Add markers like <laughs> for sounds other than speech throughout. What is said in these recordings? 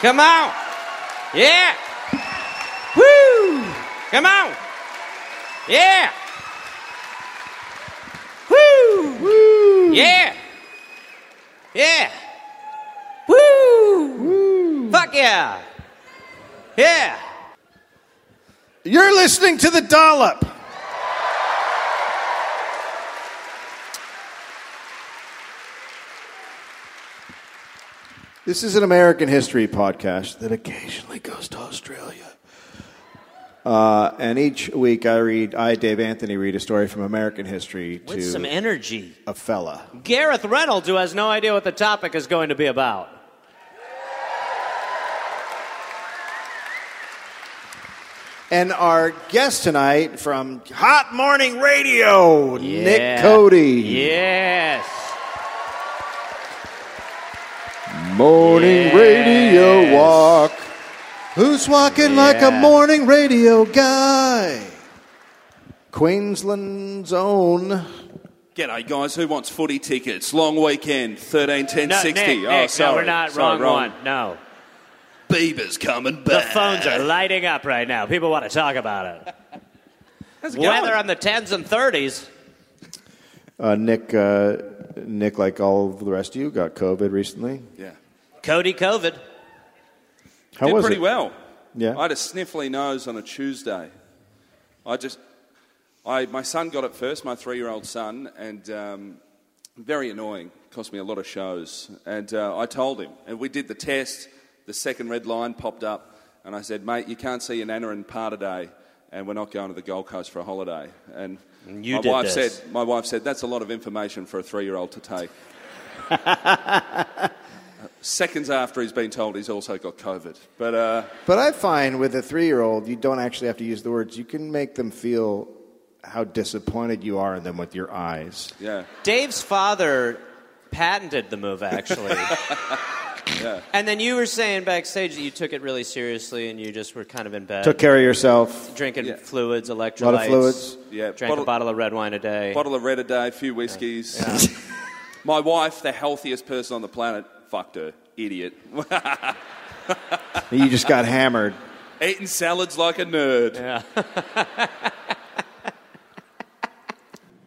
Come on. Yeah. Woo. Come on. Yeah. Woo. Woo. Yeah. Yeah. Woo. Woo. Fuck yeah. Yeah. You're listening to The Dollop. This is an American history podcast that occasionally goes to Australia. Uh, and each week I read, I, Dave Anthony, read a story from American history to With some energy. a fella. Gareth Reynolds, who has no idea what the topic is going to be about. And our guest tonight from Hot Morning Radio, Nick Yeah. Cody. Yes. Morning Yes. radio walk. Who's walking like a Yeah. morning radio guy? Queensland's own. G'day, guys. Who wants footy tickets? Long weekend, thirteen, ten, No, sixty. Nick, oh, Nick, sorry. no, we're not Sorry, wrong, one. No. Bieber's coming The back. phones are lighting up right now. People want to talk about it. How's it Weather going? on the 10s and 30s. Uh, Nick, uh, Nick, like all of the rest of you, got COVID recently. Yeah. Cody COVID. How Did was pretty it? well. Yeah. I had a sniffly nose on a Tuesday. I just, I my son got it first, my three-year-old son, and um, very annoying. Cost me a lot of shows. And uh, I told him, and we did the test. The second red line popped up, and I said, "Mate, you can't see your nana and pa today, and we're not going to the Gold Coast for a holiday." And you my did wife this. said, "My wife said that's a lot of information for a three-year-old to <laughs> take." Seconds after he's been told he's also got COVID, but. Uh, But I find with a three-year-old, you don't actually have to use the words. You can make them feel how disappointed you are in them with your eyes. Yeah. Dave's father patented the move, <laughs> actually. And then you were saying backstage that you took it really seriously and you just were kind of in bed. Took care of yourself. drinking Yeah. fluids, electrolytes. A lot of fluids. Yeah, Drank a bottle- bottle of red wine a day. Bottle of red a day, a few whiskies. <laughs> My wife, the healthiest person on the planet, fucked her. Idiot. <laughs> You just got hammered. Eating salads like a nerd.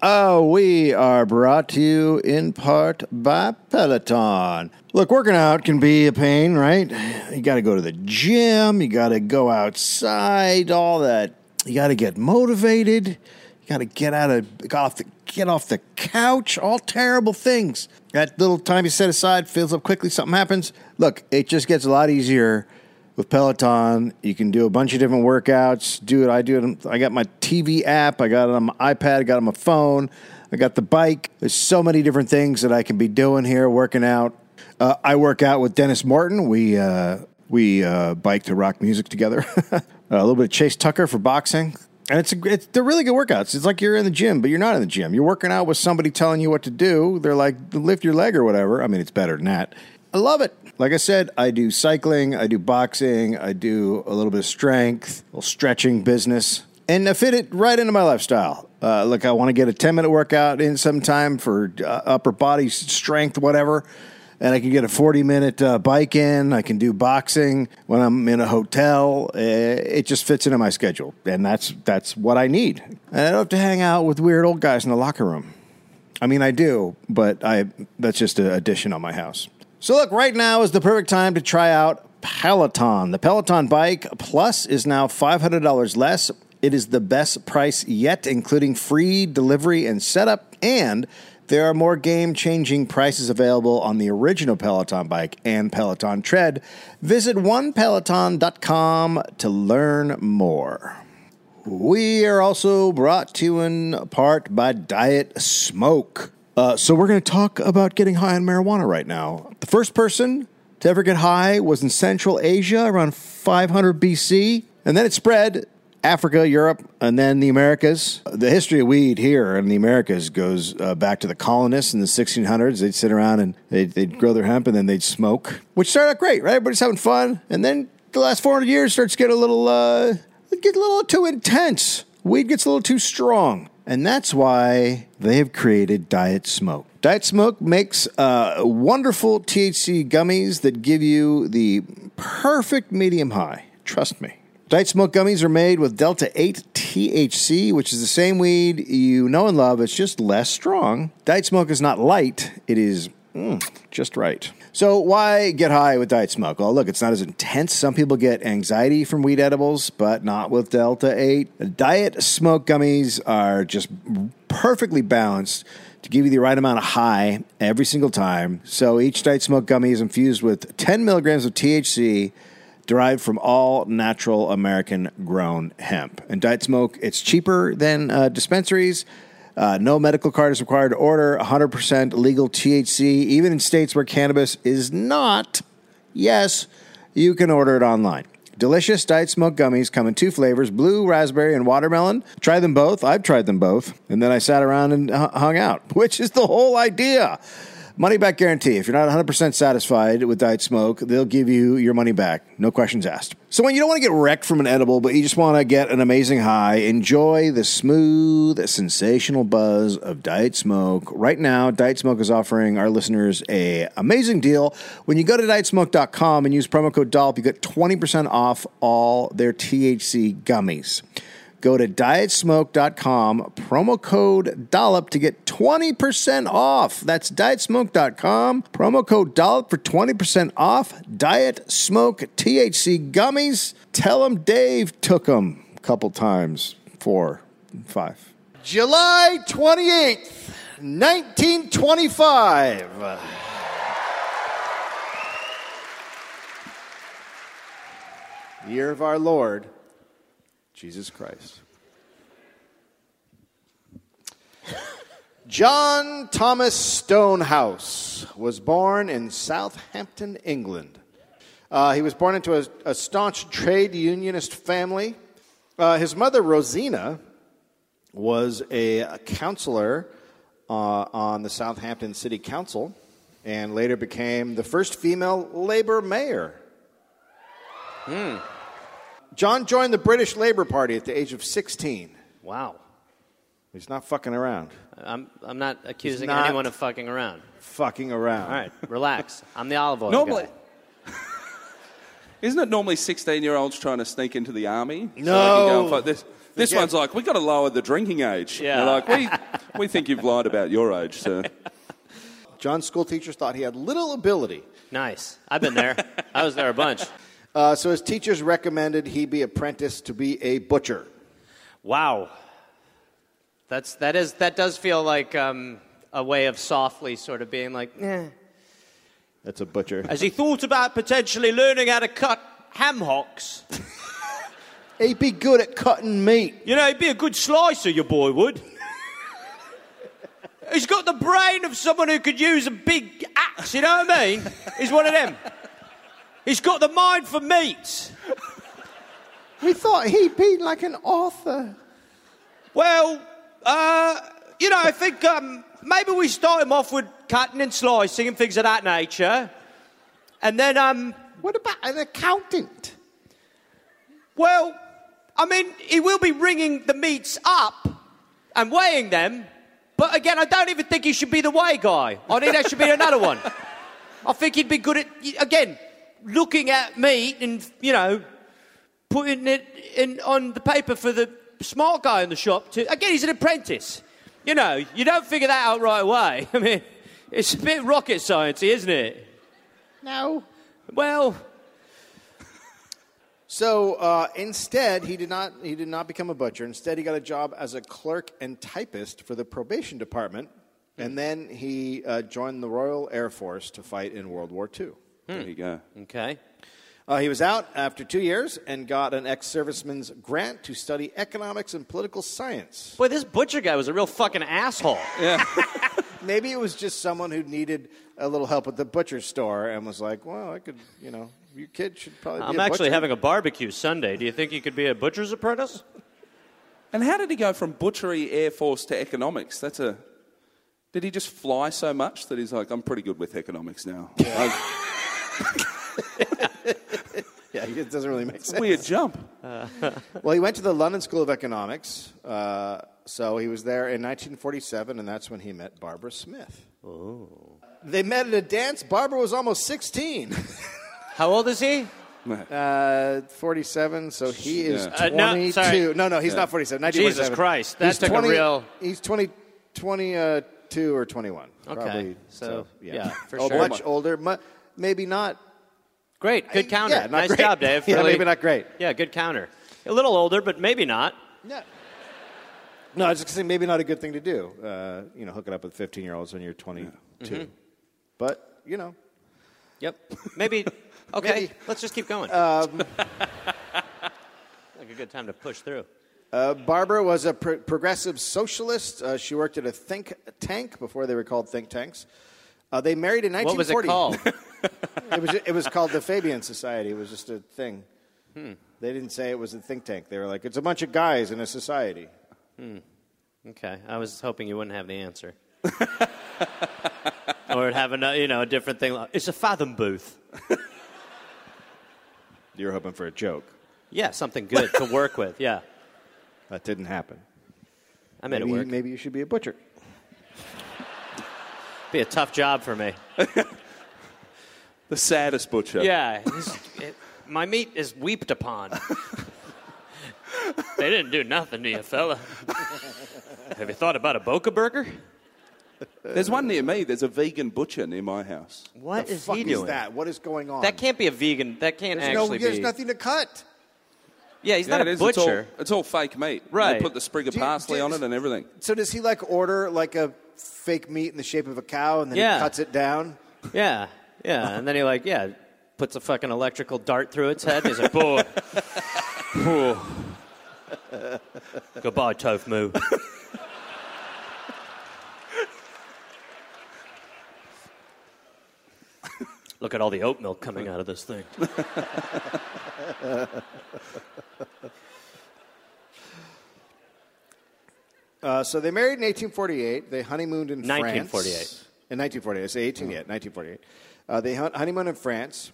Oh, we are brought to you in part by Peloton. Look, working out can be a pain, right? You got to go to the gym, you got to go outside, all that. You got to get motivated. You got to get out of get off the get off the couch, all terrible things. That little time you set aside fills up quickly, something happens. Look, it just gets a lot easier with Peloton, you can do a bunch of different workouts. Do it. I do it. on- I got my TV app. I got it on my iPad. I got it on my phone. I got the bike. There's so many different things that I can be doing here, working out. Uh, I work out with Dennis Martin. We uh, we uh, bike to rock music together. <laughs> Uh, a little bit of Chase Tucker for boxing. And it's, a, it's they're really good workouts. It's like you're in the gym, but you're not in the gym. You're working out with somebody telling you what to do. They're like lift your leg or whatever. I mean, it's better than that. I love it. Like I said, I do cycling, I do boxing, I do a little bit of strength, a little stretching business, and I fit it right into my lifestyle. Uh, look, I want to get a 10 minute workout in sometime for uh, upper body s- strength, whatever. And I can get a 40 minute uh, bike in. I can do boxing when I'm in a hotel. Uh, It just fits into my schedule. And that's, that's what I need. And I don't have to hang out with weird old guys in the locker room. I mean, I do, but I that's just an addition on my house. So look, right now is the perfect time to try out Peloton. The Peloton Bike Plus is now $500 less. It is the best price yet, including free delivery and setup, and there are more game-changing prices available on the original Peloton bike and Peloton tread. Visit onepeloton.com to learn more. We are also brought to you in part by Diet Smoke. Uh, so we're going to talk about getting high on marijuana right now. The first person to ever get high was in Central Asia around 500 BC, and then it spread Africa, Europe, and then the Americas. The history of weed here in the Americas goes uh, back to the colonists in the 1600s. They'd sit around and they'd, they'd grow their hemp and then they'd smoke, which started out great, right? Everybody's having fun, and then the last 400 years starts to get a little. Uh, it gets a little too intense. Weed gets a little too strong. And that's why they have created Diet Smoke. Diet Smoke makes uh, wonderful THC gummies that give you the perfect medium high. Trust me. Diet Smoke gummies are made with Delta 8 THC, which is the same weed you know and love. It's just less strong. Diet Smoke is not light, it is Mm, just right. So, why get high with diet smoke? Well, look, it's not as intense. Some people get anxiety from weed edibles, but not with Delta 8. Diet smoke gummies are just perfectly balanced to give you the right amount of high every single time. So, each diet smoke gummy is infused with 10 milligrams of THC derived from all natural American grown hemp. And Diet Smoke, it's cheaper than uh, dispensaries. Uh, no medical card is required to order. 100% legal THC, even in states where cannabis is not. Yes, you can order it online. Delicious diet smoke gummies come in two flavors blue, raspberry, and watermelon. Try them both. I've tried them both. And then I sat around and hu- hung out, <laughs> which is the whole idea. Money back guarantee. If you're not 100% satisfied with Diet Smoke, they'll give you your money back. No questions asked. So, when you don't want to get wrecked from an edible, but you just want to get an amazing high, enjoy the smooth, sensational buzz of Diet Smoke. Right now, Diet Smoke is offering our listeners a amazing deal. When you go to dietsmoke.com and use promo code DOLP, you get 20% off all their THC gummies. Go to dietsmoke.com, promo code dollop to get 20% off. That's dietsmoke.com, promo code dollop for 20% off. Diet Smoke THC gummies. Tell them Dave took them a couple times. Four, five. July 28th, 1925. Year of our Lord, Jesus Christ. John Thomas Stonehouse was born in Southampton, England. Uh, he was born into a, a staunch trade unionist family. Uh, his mother, Rosina, was a, a counselor uh, on the Southampton City Council and later became the first female labor mayor. John joined the British Labor Party at the age of 16. Wow. He's not fucking around. I'm, I'm not accusing not- anyone of fucking around. Fucking around. All right, relax. I'm the olive oil <laughs> Normally. guy. Isn't it normally 16 year olds trying to sneak into the army? So they can No. go and fight this this Again. one's like, we've got to lower the drinking age. Yeah. They're like, we, we think you've lied about your age, sir. John's school teachers thought he had little ability, Nice. I've been <laughs> there. I was there a bunch. uh, so his teachers recommended he be apprenticed to be a butcher. Wow. That's that is that does feel like um, a way of softly sort of being like, eh. That's a butcher. as he thought about potentially learning how to cut ham hocks. He'd be good at cutting meat. You know, he'd be a good slicer, your boy <laughs> would. He's got the brain of someone who could use a big axe, you know what I mean? He's one of them. He's got the mind for meat. We thought he'd be like an author. Well, uh, you know, I think um, maybe we start him off with cutting and slicing and things of that nature. And then, um, What about an accountant? well, I mean, he will be ringing the meats up and weighing them. But again, I don't even think he should be the weigh guy. I think there should be another one. I think he'd be good at, again, looking at meat and, you know, putting it in on the paper for the smart guy in the shop to again he's an apprentice you know you don't figure that out right away <laughs> i mean it's a bit rocket science isn't it No. well So uh, instead, he did not. He did not become a butcher. Instead, he got a job as a clerk and typist for the probation department, and then he uh, joined the Royal Air Force to fight in World War II. There you go. okay Uh, he was out after two years and got an ex-serviceman's grant to study economics and political science. boy this butcher guy was a real fucking asshole Maybe it was just someone who needed a little help at the butcher store and was like, "Well, I could, you know, your kid should probably." be i'm a actually butcher." having a barbecue sunday do you think you could be a butcher's apprentice And how did he go from butchery, air force to economics? That's a. Did he just fly so much that he's like, I'm pretty good with economics now? Like, <laughs> Yeah, it doesn't really make sense. weird jump. Well, he went to the London School of Economics. Uh, so he was there in 1947, and that's when he met Barbara Smith. Oh. They met at a dance. Barbara was almost <laughs> 16, How old is he? uh, 47. So he is Yeah. Uh, no, 22. sorry. no, no, he's not 47. 1947. Jesus Christ, that he's took a 20 real- He's 20, 22 or 21. Okay, Probably. so, yeah, for Oh, sure. Much older. mu- Maybe not. Great, good counter. Uh, Yeah, not nice great. job, Dave. <laughs> Yeah, Really- maybe not great. Yeah, good counter. A little older, but maybe not. No. No, I was just saying maybe not a good thing to do. Uh, you know, hooking up with 15 year olds when you're 22. Mm-hmm. But you know, Yep. <laughs> Maybe. Okay. Maybe. Let's just keep going. Um, <laughs> like a good time to push through. uh, Barbara was a pro- progressive socialist. Uh, she worked at a think tank before they were called think tanks. Uh, they married in What was it 1940. <laughs> called? it was it was called the Fabian Society. It was just a thing. Hmm. They didn't say it was a think tank. They were like, it's a bunch of guys in a society. okay. I was hoping you wouldn't have the answer. <laughs> or have a you know a different thing. like- It's a fathom booth. You're hoping for a joke. Yeah, something good to work with. Yeah, That didn't happen. I made maybe, it work. maybe you should be a butcher. Be a tough job for me. The saddest butcher. Yeah, it's- it- my meat is weeped upon. they didn't do nothing to you, fella. have you thought about a Boca burger? There's one near me. There's a vegan butcher near my house. What the is fuck he is doing? that? What is going on? That can't be a vegan. That can't there's no, actually there's be. nothing to cut. Yeah, he's Yeah, not it a is. It's all, butcher. it's all fake meat. Right. They put the sprig of Do you- parsley do- on it and everything. So does he like order like a fake meat in the shape of a cow and then Yeah. he cuts it down? Yeah, yeah. And then he like, yeah, puts a fucking electrical dart through its head. And he's like, boy, Phew. goodbye, tofu. Look at all the oat milk coming out of this thing. Uh, so they married in 1848. They honeymooned in 1948. France. In 1948. I say 18 Mm-hmm. yet. 1948. Uh, they hun- honeymooned in France.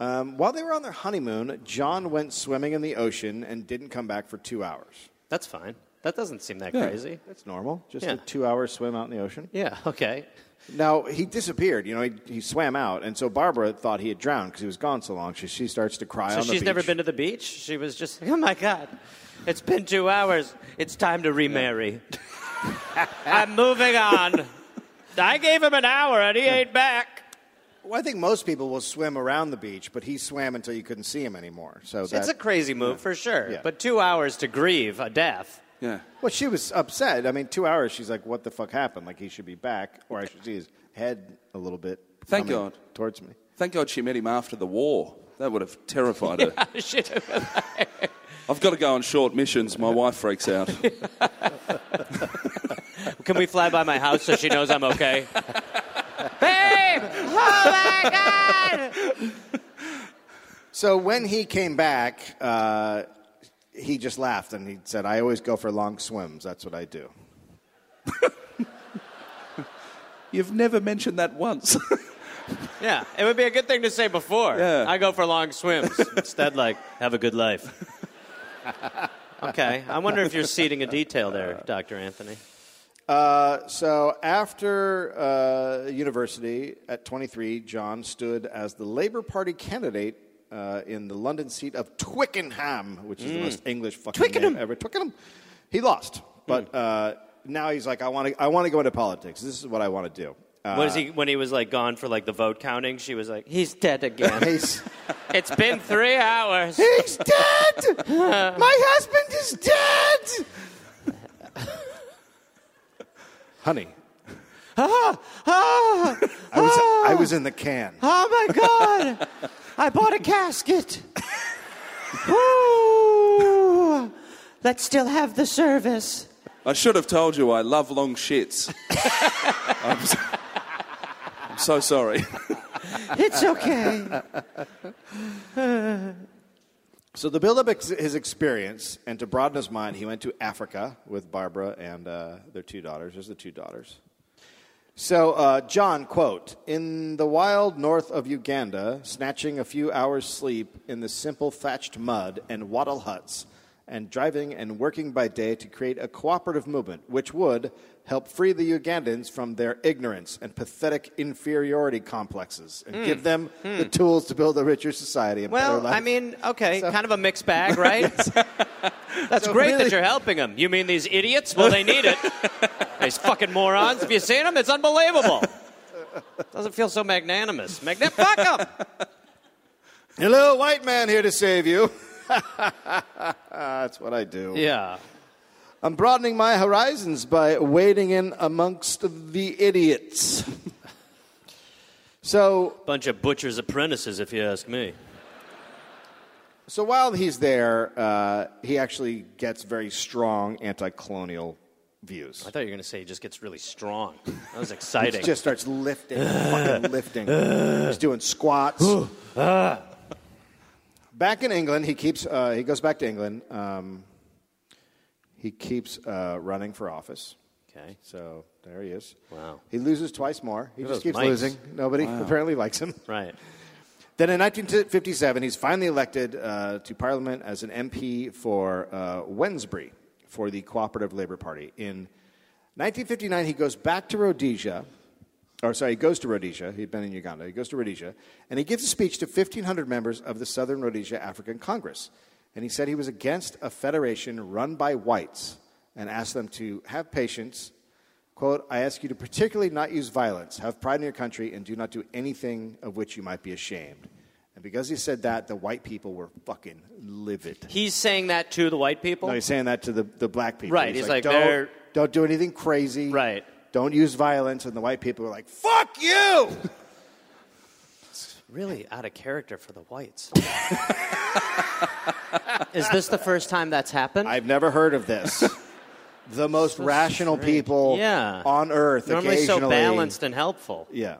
Um, while they were on their honeymoon, John went swimming in the ocean and didn't come back for two hours. That's fine. That doesn't seem that crazy. That's normal. Just Yeah. a two-hour swim out in the ocean. Yeah. Okay. Now he disappeared. You know, he, he swam out, and so Barbara thought he had drowned because he was gone so long. She, she starts to cry So on she's the beach. never been to the beach. She was just, oh my god, it's been two hours. It's time to remarry. I'm moving on. I gave him an hour and he ain't back. Well, I think most people will swim around the beach, but he swam until you couldn't see him anymore. So It's that, a crazy move for sure. Yeah. But two hours to grieve a <laughs> death. Yeah. well, she was upset. I mean, two hours. She's like, "What the fuck happened? Like he should be back, or I should see his head a little bit." Thank coming God. towards me. Thank God she met him after the war. That would have <laughs> terrified her. Shit. I've got to go on short missions. My wife <laughs> freaks out. Can we fly by my house so she knows I'm <laughs> okay? Babe! Oh my god! So when he came back, uh, he just laughed and he said, "I always go for long swims. That's what I do." You've never mentioned that once. <laughs> Yeah, it would be a good thing to say before. Yeah. I go for long swims. Instead, like, have a good <laughs> life. okay, I wonder if you're seeding a detail there, Dr. Anthony. Uh, so after uh, university at 23, John stood as the Labour Party candidate uh, in the London seat of Twickenham, which is the most English fucking Twickenham. name ever. Twickenham. He lost, but uh, now he's like, I want to, I want to go into politics. This is what I want to do. <laughs> Uh, Was he when he was like gone for like the vote counting? She was like, "He's dead again. he's, <laughs> it's been three hours." he's dead. My husband is dead. Honey, Ah, oh, I was, I was in the can. oh my God! I bought a casket. Let's still have the service. I should have told you I love <laughs> long shits. I'm so, I'm so sorry. It's okay. So to build up ex- his experience and to broaden his mind, he went to Africa with Barbara and uh, their two daughters. There's the two daughters. So uh, John quote in the wild north of Uganda, snatching a few hours sleep in the simple thatched mud and wattle huts and driving and working by day to create a cooperative movement which would help free the Ugandans from their ignorance and pathetic inferiority complexes and give them the tools to build a richer society and better Hmm. Well, life. I mean, okay, kind of a mixed bag, <laughs> right? That's great really- that you're helping them. You mean these idiots? Well, they need it. <laughs> these fucking morons. Have you seen them? It's unbelievable. Doesn't feel so magnanimous. Magna- fuck 'em. Hello, white man here to save you. <laughs> That's what I do. <laughs> Yeah. I'm broadening my horizons by wading in amongst the idiots. so, Bunch of butcher's apprentices, if you ask me. so while he's there, uh, he actually gets very strong anti-colonial views. I thought you were going to say he just gets really strong. That <laughs> was exciting. Just starts lifting, <sighs> fucking lifting. He's doing squats. Ah. back in England, he keeps. Uh, he goes back to England. Um, he keeps uh, running for office. okay. So there he is. Wow. He loses twice more. He Look at just those keeps mics. losing. Nobody apparently likes him. Right. Then in 1957, he's finally elected uh, to Parliament as an MP for uh, Wensbury for the Cooperative Labour Party. In 1959, he goes back to Rhodesia, or sorry, he goes to Rhodesia. He'd been in Uganda. He goes to Rhodesia, and he gives a speech to 1,500 members of the Southern Rhodesia African Congress. And he said he was against a federation run by whites and asked them to have patience Quote, I ask you to particularly not use violence, have pride in your country, and do not do anything of which you might be ashamed. And because he said that, the white people were fucking livid. He's saying that to the white people? No, he's saying that to the, the black people. Right, he's like, they're- don't, don't do anything crazy. Right. Don't use violence. And the white people were like, fuck you! really out of character for the <laughs> whites. Is this the first time that's happened? I've never heard of this. <laughs> the most rational people yeah. on earth Normally so occasionally- balanced and helpful. Yeah.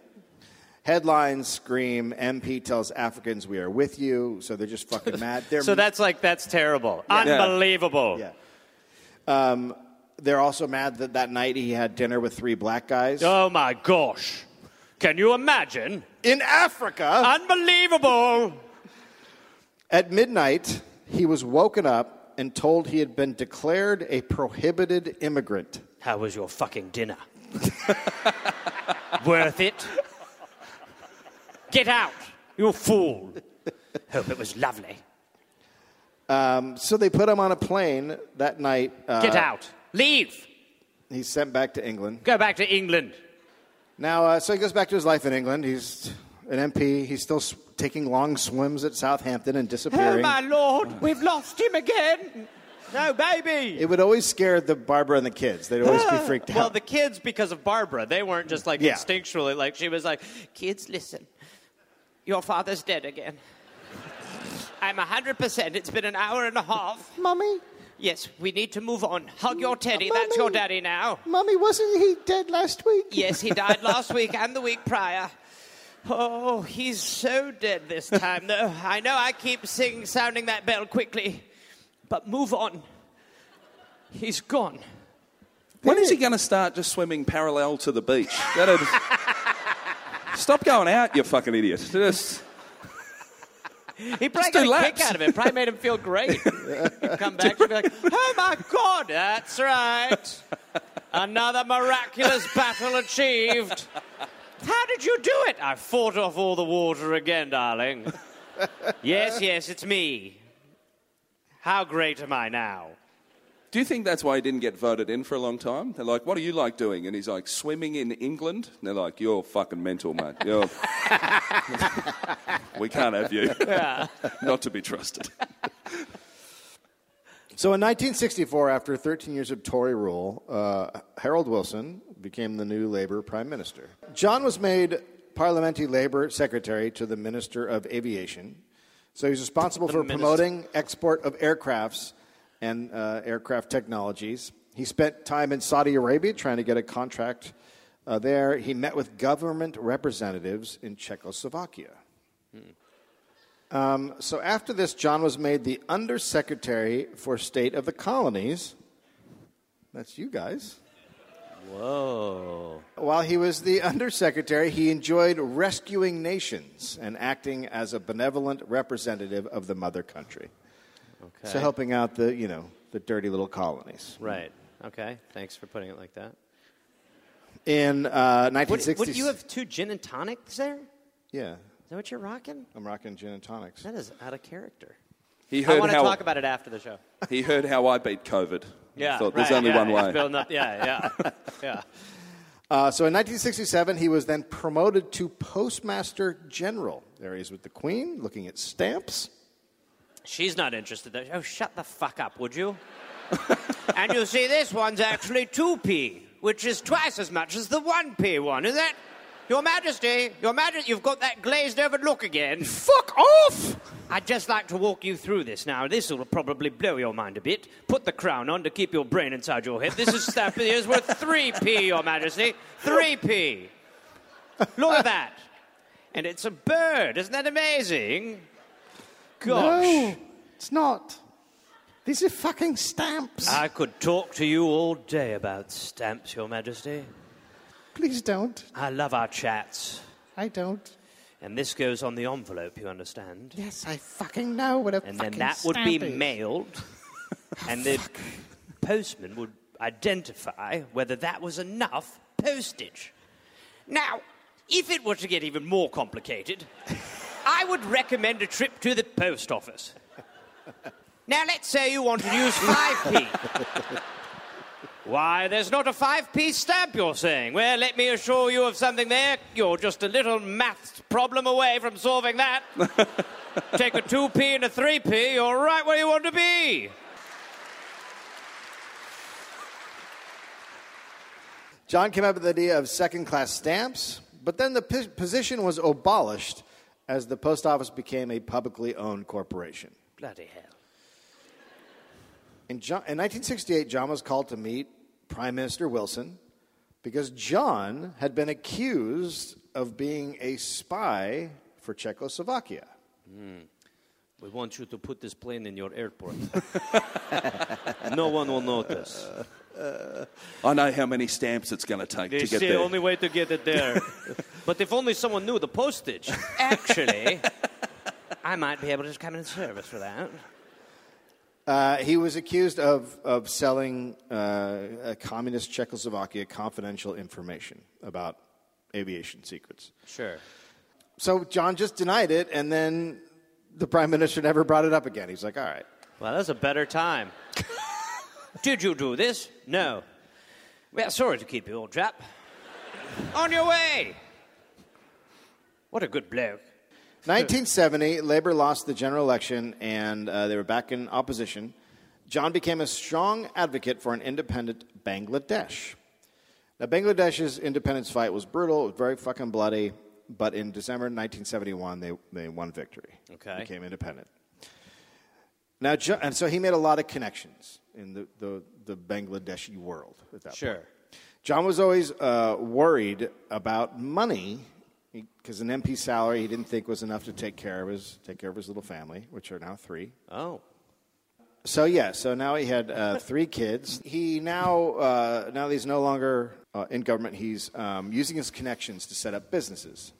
Headlines scream, MP tells Africans we are with you. So they're just fucking mad. They're So that's like that's terrible. Yeah. Unbelievable. Yeah. Um, they're also mad that that night he had dinner with three black guys. Oh my gosh. Can you imagine? In Africa, Unbelievable. at midnight, he was woken up and told he had been declared a prohibited immigrant. How was your fucking <laughs> dinner? Worth it? Get out, you fool. Hope it was lovely. Um, so they put him on a plane that night. Uh, Get out. Leave. He's sent back to England. Go back to England. Now, uh, so he goes back to his life in England. He's an MP. He's still s- taking long swims at Southampton and disappearing. Oh, lord, we've lost him again. No, baby. it would always scare the Barbara and the kids. They'd always <laughs> be freaked out. Well, the kids, because of Barbara, they weren't just like Yeah. instinctually, like she was like, kids, listen, your father's dead again. I'm 100%. It's been an hour and a half. Mommy, Yes, we need to move on. Hug your teddy. Mummy. That's your daddy now. mommy, wasn't he dead last week? Yes, he died last week and the week prior. Oh, he's so dead this time, though. I know I keep singing, sounding that bell quickly, but move on. He's gone. When is he going to start just swimming parallel to the beach? That'd... <laughs> Stop going out, you fucking idiot. Just... He probably do got a laps. kick out of it. Probably made him feel <laughs> great. Come back and be like, "Oh my god, that's right, another miraculous battle achieved." How did you do it? I fought off all the water again, <laughs> darling. yes, yes, it's me. How great am I now? Do you think that's why he didn't get voted in for a long time? They're like, what do you like doing? And he's like, swimming in England. And they're like, you're fucking mental, mate. You're... <laughs> we can't <laughs> have you. Not to be trusted. So in 1964, after 13 years of Tory rule, uh, Harold Wilson became the new Labour Prime Minister. John was made Parliamentary Labour Secretary to the Minister of Aviation. So he's responsible for minister. promoting export of aircrafts and uh, aircraft technologies. He spent time in Saudi Arabia trying to get a contract uh, there. He met with government representatives in Czechoslovakia. So after this, John was made the Undersecretary for State of the Colonies. That's you guys. Whoa! While he was the Undersecretary, he enjoyed rescuing nations and acting as a benevolent representative of the mother country. Okay. So helping out the, you know, the dirty little colonies. Right. Okay. Thanks for putting it like that. In uh, Would, 1960s. you have two gin and tonics there? Is Yeah, that what you're rocking? I'm rocking gin and tonics. That is out of character. He I heard want to how talk about it after the show. he heard how I beat COVID. Yeah. Thought, right, there's only yeah, one it's way. building up- Yeah. <laughs> Yeah. yeah. Uh, so in 1967, he was then promoted to Postmaster General. There he is with the Queen, looking at stamps. She's not interested. though. Oh, shut the fuck up, would <laughs> you? and you see, this one's actually 2p, which is twice as much as the 1p one. Is that. Your Majesty, Your Majesty, you've got that glazed over look again. Fuck off! I'd just like to walk you through this now. This will probably blow your mind a bit. Put the crown on to keep your brain inside your head. This is stuff that is worth 3p, Your Majesty. 3p. Look at that. And it's a bird. Isn't that amazing? Gosh. it's not. These are fucking stamps. I could talk to you all day about stamps, Your Majesty. Please don't. I love our chats. I don't. And this goes on the envelope, you understand? Yes, I fucking know what a And then that would be mailed, and the postman would identify whether that was enough postage. Now, if it were to get even more complicated, I would recommend a trip to the post office. Now, let's say you want to use 5p. Why, there's not a 5p stamp, you're saying. Well, let me assure you of something there. You're just a little maths problem away from solving that. Take a 2p and a 3p, you're right where you want to be. John came up with the idea of second class stamps, but then the p- position was abolished as the post office became a publicly owned corporation. Bloody hell. In, John, in 1968, John was called to meet Prime Minister Wilson because John had been accused of being a spy for Czechoslovakia. We want you to put this plane in your airport. <laughs> no one will notice. I know how many stamps it's going to take They to get say there. only way to get it there. <laughs> but if only someone knew the postage. Actually, <laughs> I might be able to just come in service for that. Uh, he was accused of, of selling uh, a communist Czechoslovakia confidential information about aviation secrets. Sure. So John just denied it, and then the prime minister never brought it up again. He's like, all right. Well, that's a better time. <laughs> Did you do this? No. Well, sorry to keep you, old chap. On your way! What a good bloke. 1970, Labor lost the general election, and uh, they were back in opposition. John became a strong advocate for an independent Bangladesh. Now, Bangladesh's independence fight was brutal, it was very fucking bloody, but in December 1971, they, they won victory. Okay. Became independent. Now, Jo- and so he made a lot of connections in the, the, the Bangladeshi world at that point. Sure. John was always uh, worried about money because an MP salary he didn't think was enough to take care of his take care of his little family, which are now three. Oh. So yeah, so now he had uh, three kids. He now uh, now that he's no longer uh, in government. He's um, using his connections to set up businesses,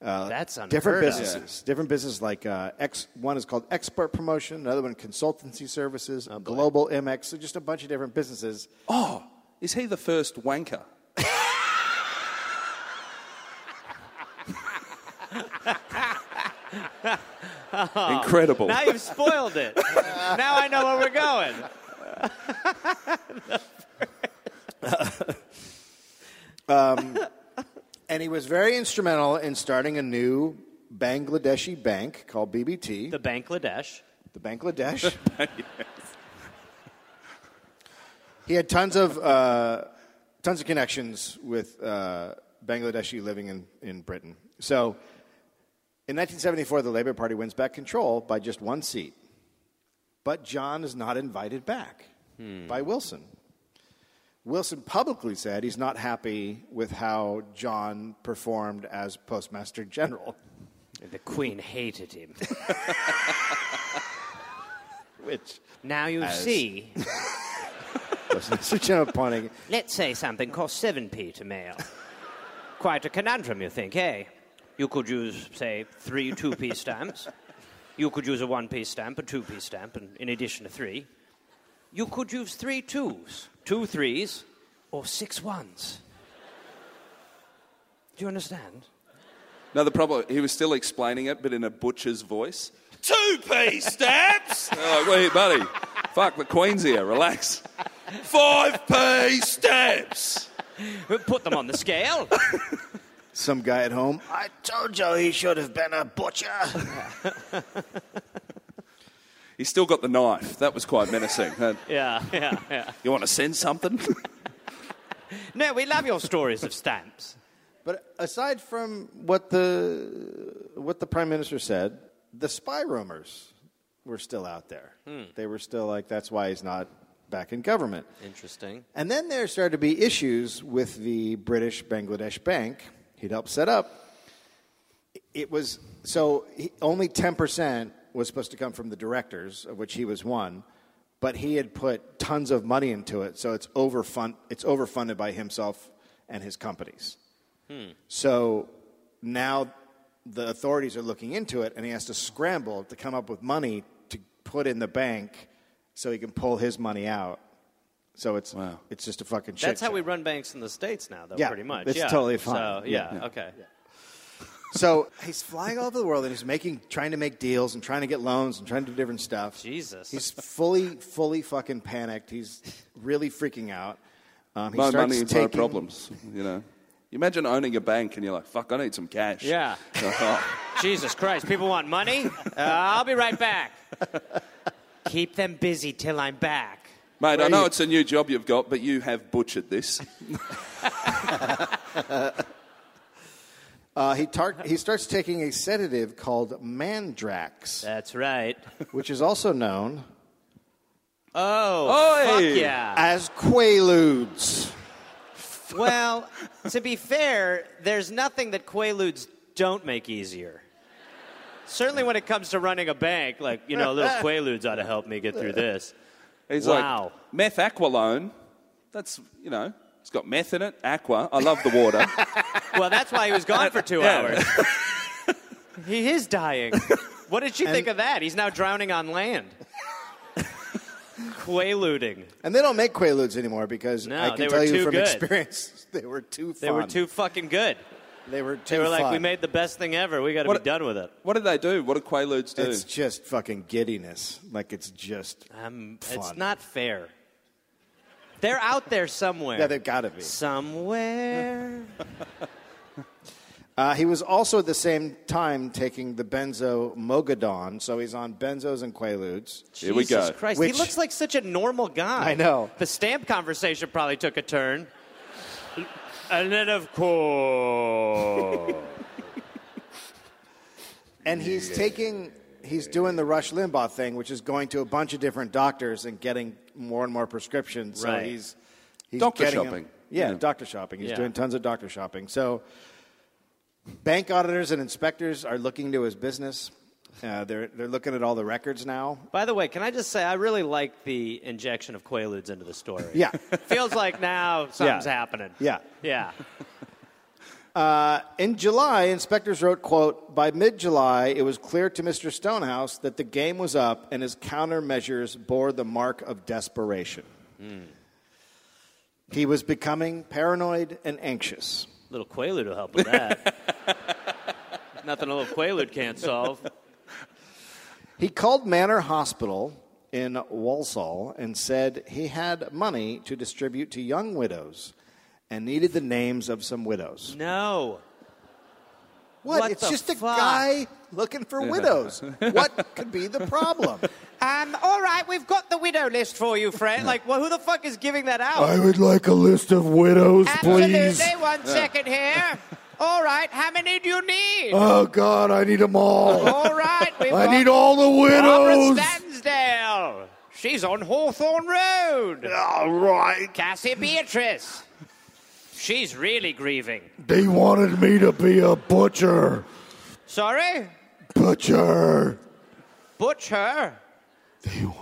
That's unheard different of. businesses, different businesses like uh, X. One is called Expert Promotion, another one consultancy services, Global MX. So just a bunch of different businesses. Oh, is he the first wanker? <laughs> Incredible. Now you've spoiled it. now I know where we're going. And he was very instrumental in starting a new Bangladeshi bank called BBT, The the, Bangladesh. Bangladesh. he had tons of uh, tons of connections with uh, Bangladeshi living in, in Britain. So, in 1974, the Labour Party wins back control by just one seat, but John is not invited back by Wilson. Wilson publicly said he's not happy with how John performed as Postmaster General. <laughs> The Queen hated him. which Now you see, was Mr. General pointing. let's say something costs 7p to mail. Quite a conundrum, you think, eh? You could use, say, three 2p stamps. You could use a one piece stamp, a two piece stamp, and in addition to three. You could use three twos, two threes, or six ones. Do you understand? No, the problem, he was still explaining it, but in a butcher's voice. Two piece <laughs> stamps! They're like, wait, buddy, fuck, the Queen's here, relax. Five piece stamps! Put them on the scale. Some guy at home. I told you he should have been a butcher. He still got the knife. That was quite menacing. Uh, <laughs> yeah, yeah, yeah. you want to send <laughs> something? No, we love your stories of stamps. <laughs> But aside from what the what the prime minister said, the spy rumors were still out there. They were still like that's why he's not back in government. Interesting. And then there started to be issues with the British Bangladesh Bank he'd helped set up. It was so he, only 10% was supposed to come from the directors, of which he was one, but he had put tons of money into it, so it's, overfund, it's overfunded by himself and his companies. Hmm. So now the authorities are looking into it, and he has to scramble to come up with money to put in the bank so he can pull his money out. So it's Wow. it's just a fucking shit. That's how show. we run banks in the States now, though, Yeah, pretty much. that's yeah. totally fine. So, yeah, Yeah. okay. So he's flying all over the world and he's making, trying to make deals and trying to get loans and trying to do different stuff. Jesus. He's fully, fully fucking panicked. He's really freaking out. Um, he No starts money, no taking- problems, you know. You imagine owning a bank and you're like, fuck, I need some cash. <laughs> Oh. Yeah. Jesus Christ, people want money? Uh, I'll be right back. Keep them busy till I'm back. Mate, I Wait. know it's a new job you've got, but you have butchered this. Uh, he, tar- he starts taking a sedative called <laughs> Mandrax, That's right. which is also known Oh, Oi. fuck <laughs> yeah. as Quaaludes. Well, to be fair, there's nothing that Quaaludes don't make easier. Certainly when it comes to running a bank, like, you know, a little Quaaludes ought to help me get through this. <laughs> He's Wow. like, meth aqualone. That's, you know, it's got meth in it, aqua. I love the <laughs> water. Well, that's why he was gone for <laughs> two Yeah. hours. <laughs> He is dying. What did she think of that? He's now drowning on land. Quaaluting. And they don't make Quaaludes anymore because No, I can they were tell you too from good. experience, <laughs> they were too fun. They were too fucking good. They were too They were like, fun. we made the best thing ever. We got to What- be done with it. what did they do? What did Quaaludes do? It's just fucking giddiness. Like, it's just Um, fun. it's not fair. They're out there somewhere. Yeah, they've got to be. somewhere. Uh, he was also at the same time taking the benzo Mogadon, so he's on benzos and quaaludes. Here we Jesus go. Christ, he Which- looks like such a normal guy. I know. The stamp conversation probably took a turn. And then, of course. And he's taking, he's doing the Rush Limbaugh thing, which is going to a bunch of different doctors and getting more and more prescriptions. So Right. he's, he's Doctor getting 'em- shopping. Yeah, Yeah. doctor shopping. He's Yeah. doing tons of doctor shopping. So bank auditors and inspectors are looking into his business. Uh, they're they're looking at all the records now. By the way, can I just say, I really like the injection of Quaaludes into the story. Yeah. <laughs> Feels like now something's happening. Yeah. Yeah. In July, inspectors wrote, quote, by mid-July, it was clear to Mr. Stonehouse that the game was up and his countermeasures bore the mark of desperation. He was becoming paranoid and anxious. little Quaalude will help with <laughs> that. Nothing a little Quaalude can't solve. He called Manor Hospital in Walsall and said he had money to distribute to young widows and needed the names of some widows. No. What? What it's the just a fuck? guy looking for widows. what could be the problem? Um, all right, we've got the widow list for you, Fred. Like, well, who the fuck is giving that out? would like a list of widows, Absolutely. One second here. All right. How many do you need? Oh, God, I need them all. All right. We've got all the Barbara Stansdale. She's on Hawthorne Road. All right. Cassie Beatrice. She's really grieving. They wanted me to be a butcher. Sorry? Butcher. Butch her. They, wa-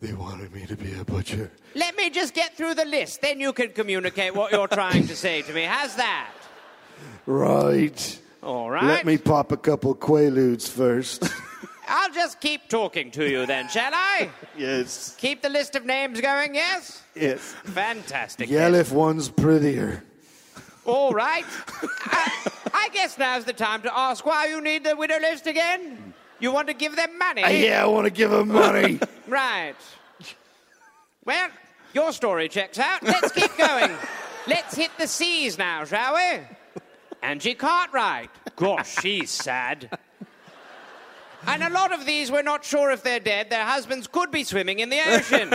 they wanted me to be a butcher. Let me just get through the list, then you can communicate what you're trying to say to me. How's that? Right. All right. Let me pop a couple Quaaludes first. I'll just keep talking to you then, shall I? Yes. Keep the list of names going, yes? Yes. Fantastic. Yell if one's prettier. All right. I, I guess now's the time to ask why you need the widow list again. You want to give them money? Yeah, I want to give him money. Right. Well, your story checks out. Let's keep <laughs> going. Let's hit the seas now, shall we? Angie Cartwright. Gosh, she's sad. And a lot of these we're not sure if they're dead. Their husbands could be swimming in the <laughs> ocean.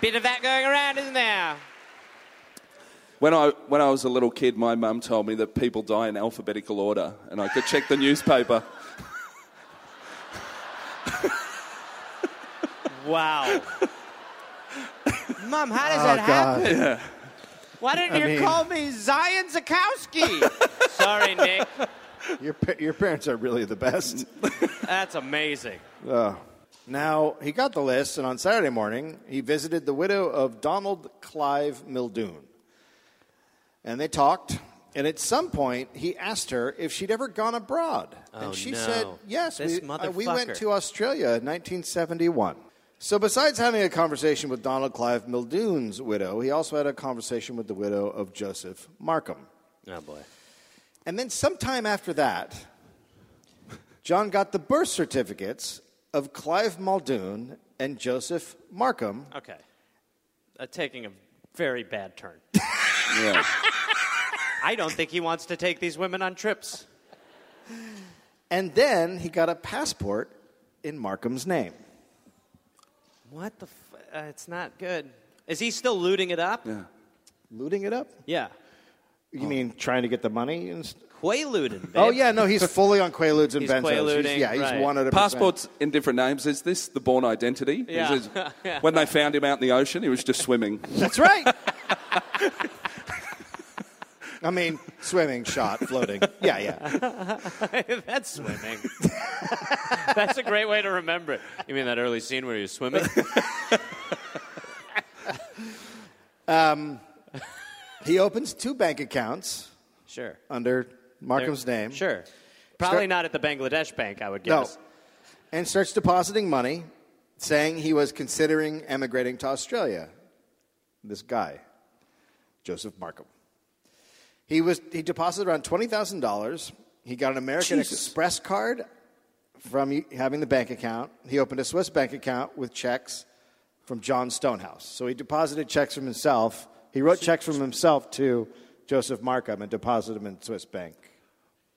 Bit of that going around, isn't there? When I, when I was a little kid, my mum told me that people die in alphabetical order, and I could check the newspaper. Wow. Mum, how does that Oh, God. happen? Why didn't you mean- call me Zion Zakowski? <laughs> Sorry, Nick. Your, pa- your parents are really the best. That's amazing. <laughs> Now, he got the list, and on Saturday morning, he visited the widow of Donald Clive Muldoon. And they talked, and at some point, he asked her if she'd ever gone abroad. Oh, and she no. said, Yes, This we, uh, we motherfucker. went to Australia in 1971. So, besides having a conversation with Donald Clive Muldoon's widow, he also had a conversation with the widow of Joseph Markham. Oh, boy. And then sometime after that, John got the birth certificates of Clive Muldoon and Joseph Markham. Okay. Uh, taking a very bad turn. <laughs> Yeah. I don't think he wants to take these women on trips. And then he got a passport in Markham's name. What the? F- uh, it's not good. Is he still looting it up? yeah. Looting it up? Yeah. Oh. You mean trying to get the money? And st- Quaaludes, babe. oh, yeah, no, he's fully on Quaaludes and He's Benzos. Quaaluding, yeah, he's right. 100%. Passports in different names. Is this the born identity? <laughs> Yeah. Is this- when they found him out in the ocean, he was just swimming. <laughs> That's right. <laughs> I mean, swimming, shot, floating. Yeah, yeah. <laughs> That's swimming. <laughs> That's a great way to remember it. You mean that early scene where you're swimming? He opens two bank accounts Sure. under Markham's There- name. Sure. Probably Start- not at the Bangladesh bank, I would No. guess. And starts depositing money, saying he was considering emigrating to Australia. This guy, Joseph Markham. He, was, he deposited around $20,000. He got an American Jesus. Express card from y- having the bank account. He opened a Swiss bank account with checks from John Stonehouse. So he deposited checks from himself. He wrote checks from himself to Joseph Markham and deposited them in Swiss bank.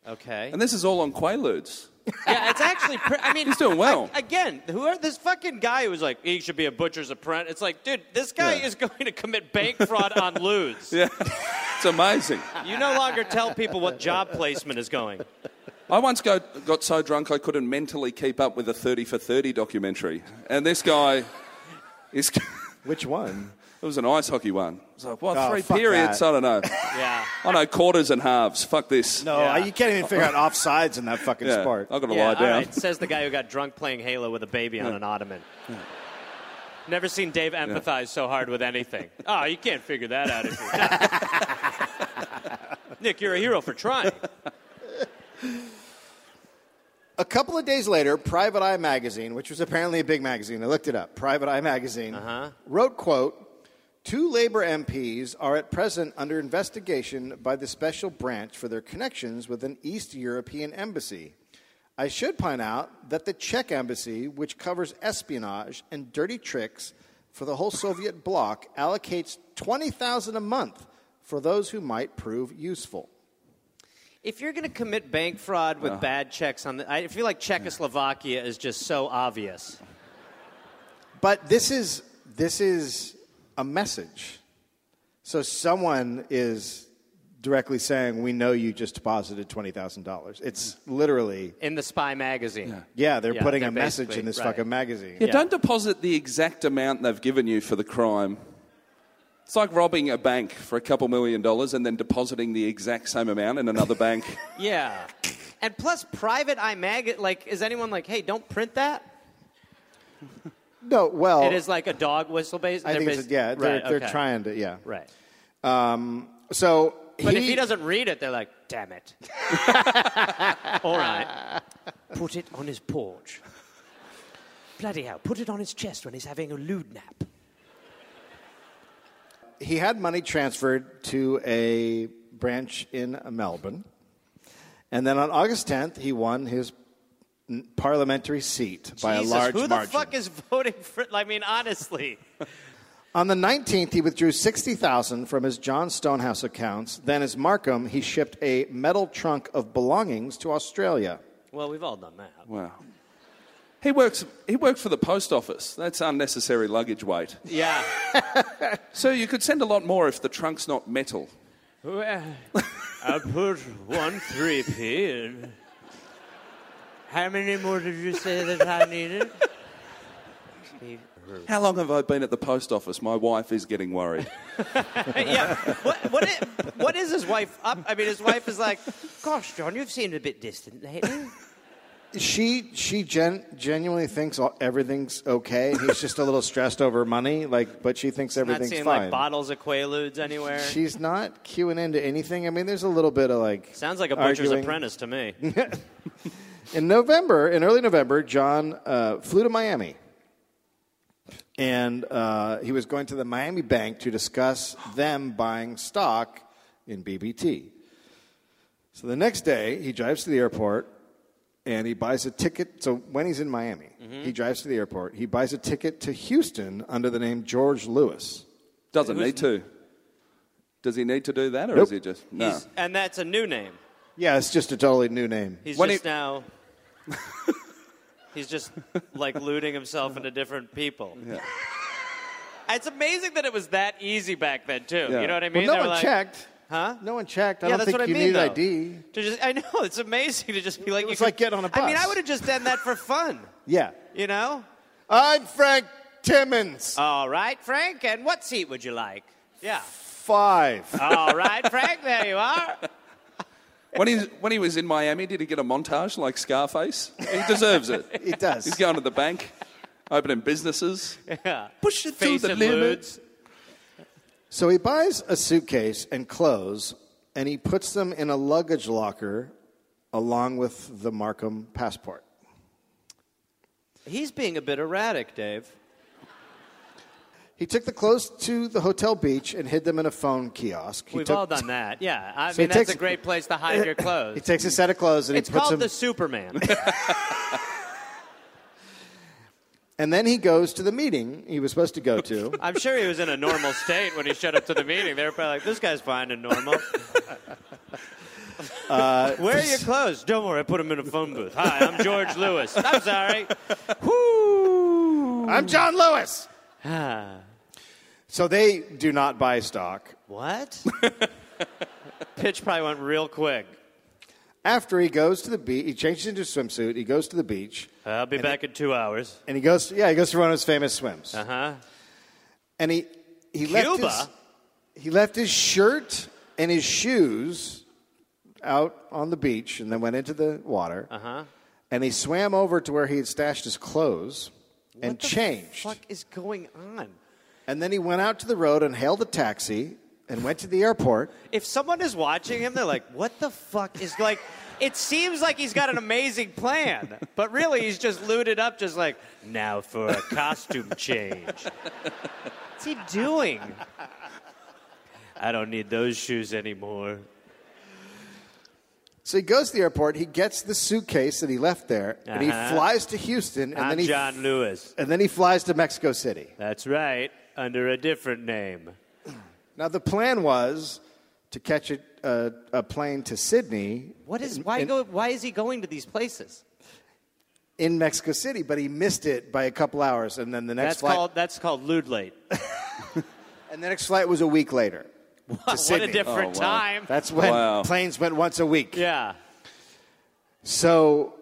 Okay. And this is all on Quaaludes. Yeah, it's actually. Pre- I mean, <laughs> He's doing well. I- again, who are this fucking guy who was like, he should be a butcher's apprentice? It's like, dude, this guy Yeah. is going to commit bank fraud on lewds. Yeah. It's amazing. You no longer tell people what job placement is going. I once go, got so drunk I couldn't mentally keep up with a 30 for 30 documentary. And this guy is. <laughs> It Which one? was an ice hockey one. It's like, what, Oh, three fuck periods? that. I don't know. Yeah. I know quarters and halves. Fuck this. No, Yeah. you can't even figure out offsides in that fucking yeah, sport. I've got to yeah, lie all down. right, Says the guy who got drunk playing Halo with a baby on an ottoman. Never seen Dave empathize so hard with anything. Oh, you can't figure that out. If you're Nick, you're <laughs> a hero for trying. A couple of days later, Private Eye magazine, which was apparently a big magazine, I looked it up. Private Eye magazine wrote, "quote Two Labor MPs are at present under investigation by the special branch for their connections with an East European embassy. I should point out that the Czech embassy, which covers espionage and dirty tricks for the whole Soviet bloc, allocates twenty thousand a month for those who might prove useful." If you're going to commit bank fraud Uh-huh. with bad checks on the, I feel like Czechoslovakia is just so obvious. But this is this is a message. So someone is directly saying, "We know you just deposited twenty thousand dollars." It's literally, In the Spy magazine. yeah, they're Yeah, putting they're a message basically- in this right. fucking magazine. Yeah, don't deposit the exact amount they've given you for the crime. It's like robbing a bank for a couple million dollars and then depositing the exact same amount in another <laughs> bank. Yeah. And plus, private iMag, like, is anyone like, hey, don't print that? No, well, It is like a dog whistle base. Oh. I they're think it's, bas- yeah, they're, right, they're okay. trying to, yeah. Right. Um, so But if he doesn't read it, they're like, damn <laughs> it. All right. Put it on his porch. Bloody hell. Put it on his chest when he's having a lewd nap. he had money transferred to a branch in Melbourne. And then on August 10th, he won his n- parliamentary seat by Jesus, a large who the margin. fuck is voting for I mean, honestly. on the 19th, he withdrew 60000 from his John Stonehouse accounts. Then, as Markham, he shipped a metal trunk of belongings to Australia. Well, we've all done that. Wow. He works, he works for the post office. That's unnecessary luggage weight. Yeah. So you could send a lot more if the trunk's not metal. <laughs> Well, I put one three p in. How many more did you say that I needed? How long have I been at the post office? My wife is getting <laughs> worried. <laughs> yeah. What, what, is, what is his wife up? I mean, his wife is like, gosh, John, you've seemed a bit distant lately. She she gen- genuinely thinks all, everything's okay. and He's just a little stressed over money, like, but she thinks Not everything's seeing fine. like bottles of Quaaludes anywhere. She's not queuing into anything. I mean, there's a little bit of like. Sounds like a butcher's arguing. apprentice to me. In November, in early November, John uh, flew to Miami. And uh, he was going to the Miami Bank to discuss them buying stock in BBT. So the next day, he drives to the airport and he buys a ticket. So when he's in Miami, Mm-hmm. he drives to the airport. He buys a ticket to Houston under the name George Lewis. Doesn't need to. Does he need to do that, or Nope. is he just no? He's- and that's a new name. Yeah, it's just a totally new name. He's When just he- <laughs> now. he's just like looting himself into different people. It's amazing that it was that easy back then too. Yeah. You know what I Well, mean? no They were one like, checked. huh? No one checked. I yeah, don't that's think what you I mean. needed though. ID. To just, I know it's amazing to just be like. was you like could- getting on a I mean, bus. I would have just done that for fun. Yeah. You know. I'm Frank Timmons. All right, Frank. And what seat would you like? Yeah. Five. All right, Frank. There you are. When he when he was in Miami, did he get a montage like Scarface? He deserves it. <laughs> It does. He's going to the bank, opening businesses. Yeah. Push it Face through the and limits. lewds. So he buys a suitcase and clothes, and he puts them in a luggage locker along with the Markham passport. He's being a bit erratic, Dave. He took the clothes to the hotel beach and hid them in a phone kiosk. He We've took- all done that. Yeah. I So mean, it that's takes- a great place to hide your <laughs> He clothes. takes a set of clothes and It's he puts called them. the Superman. And then he goes to the meeting he was supposed to go to. I'm sure he was in a normal state when he showed up to the meeting. They were probably like, this guy's fine and <laughs> normal. Uh, <laughs> Where are your clothes? Don't worry, I put them in a phone booth. Hi, I'm George Lewis. I'm <laughs> sorry. Whoo! <laughs> I'm John Lewis. Ah. So they do not buy stock. what? <laughs> Pitch probably went real quick. After he goes to the beach, he changes into a swimsuit. He goes to the beach I'll be back in two hours. and he goes. Yeah, he goes for one of his famous swims. Uh huh. and he he Cuba? left his he left his shirt and his shoes out on the beach and then went into the water. Uh-huh. And he swam over to where he had stashed his clothes and changed. What the fuck is going on? And then he went out to the road and hailed a taxi and went to the airport. If someone is watching him, they're like, what the fuck is like. It seems like he's got an amazing plan, but really he's just looted up, just like, now for a costume change. What's he doing? I don't need those shoes anymore. So he goes to the airport, he gets the suitcase that he left there, and he Uh-huh. flies to Houston and I'm then he John Lewis. and then he flies to Mexico City. That's right, under a different name. Now the plan was to catch a, a, a plane to Sydney What is why go, why is he going to these places? in Mexico City, but he missed it by a couple hours, and then the next That's flight, called that's called lewd late. and the next flight was a week later. <laughs> what a Sydney. different Oh, wow. time. That's when Wow. planes went once a week. yeah. So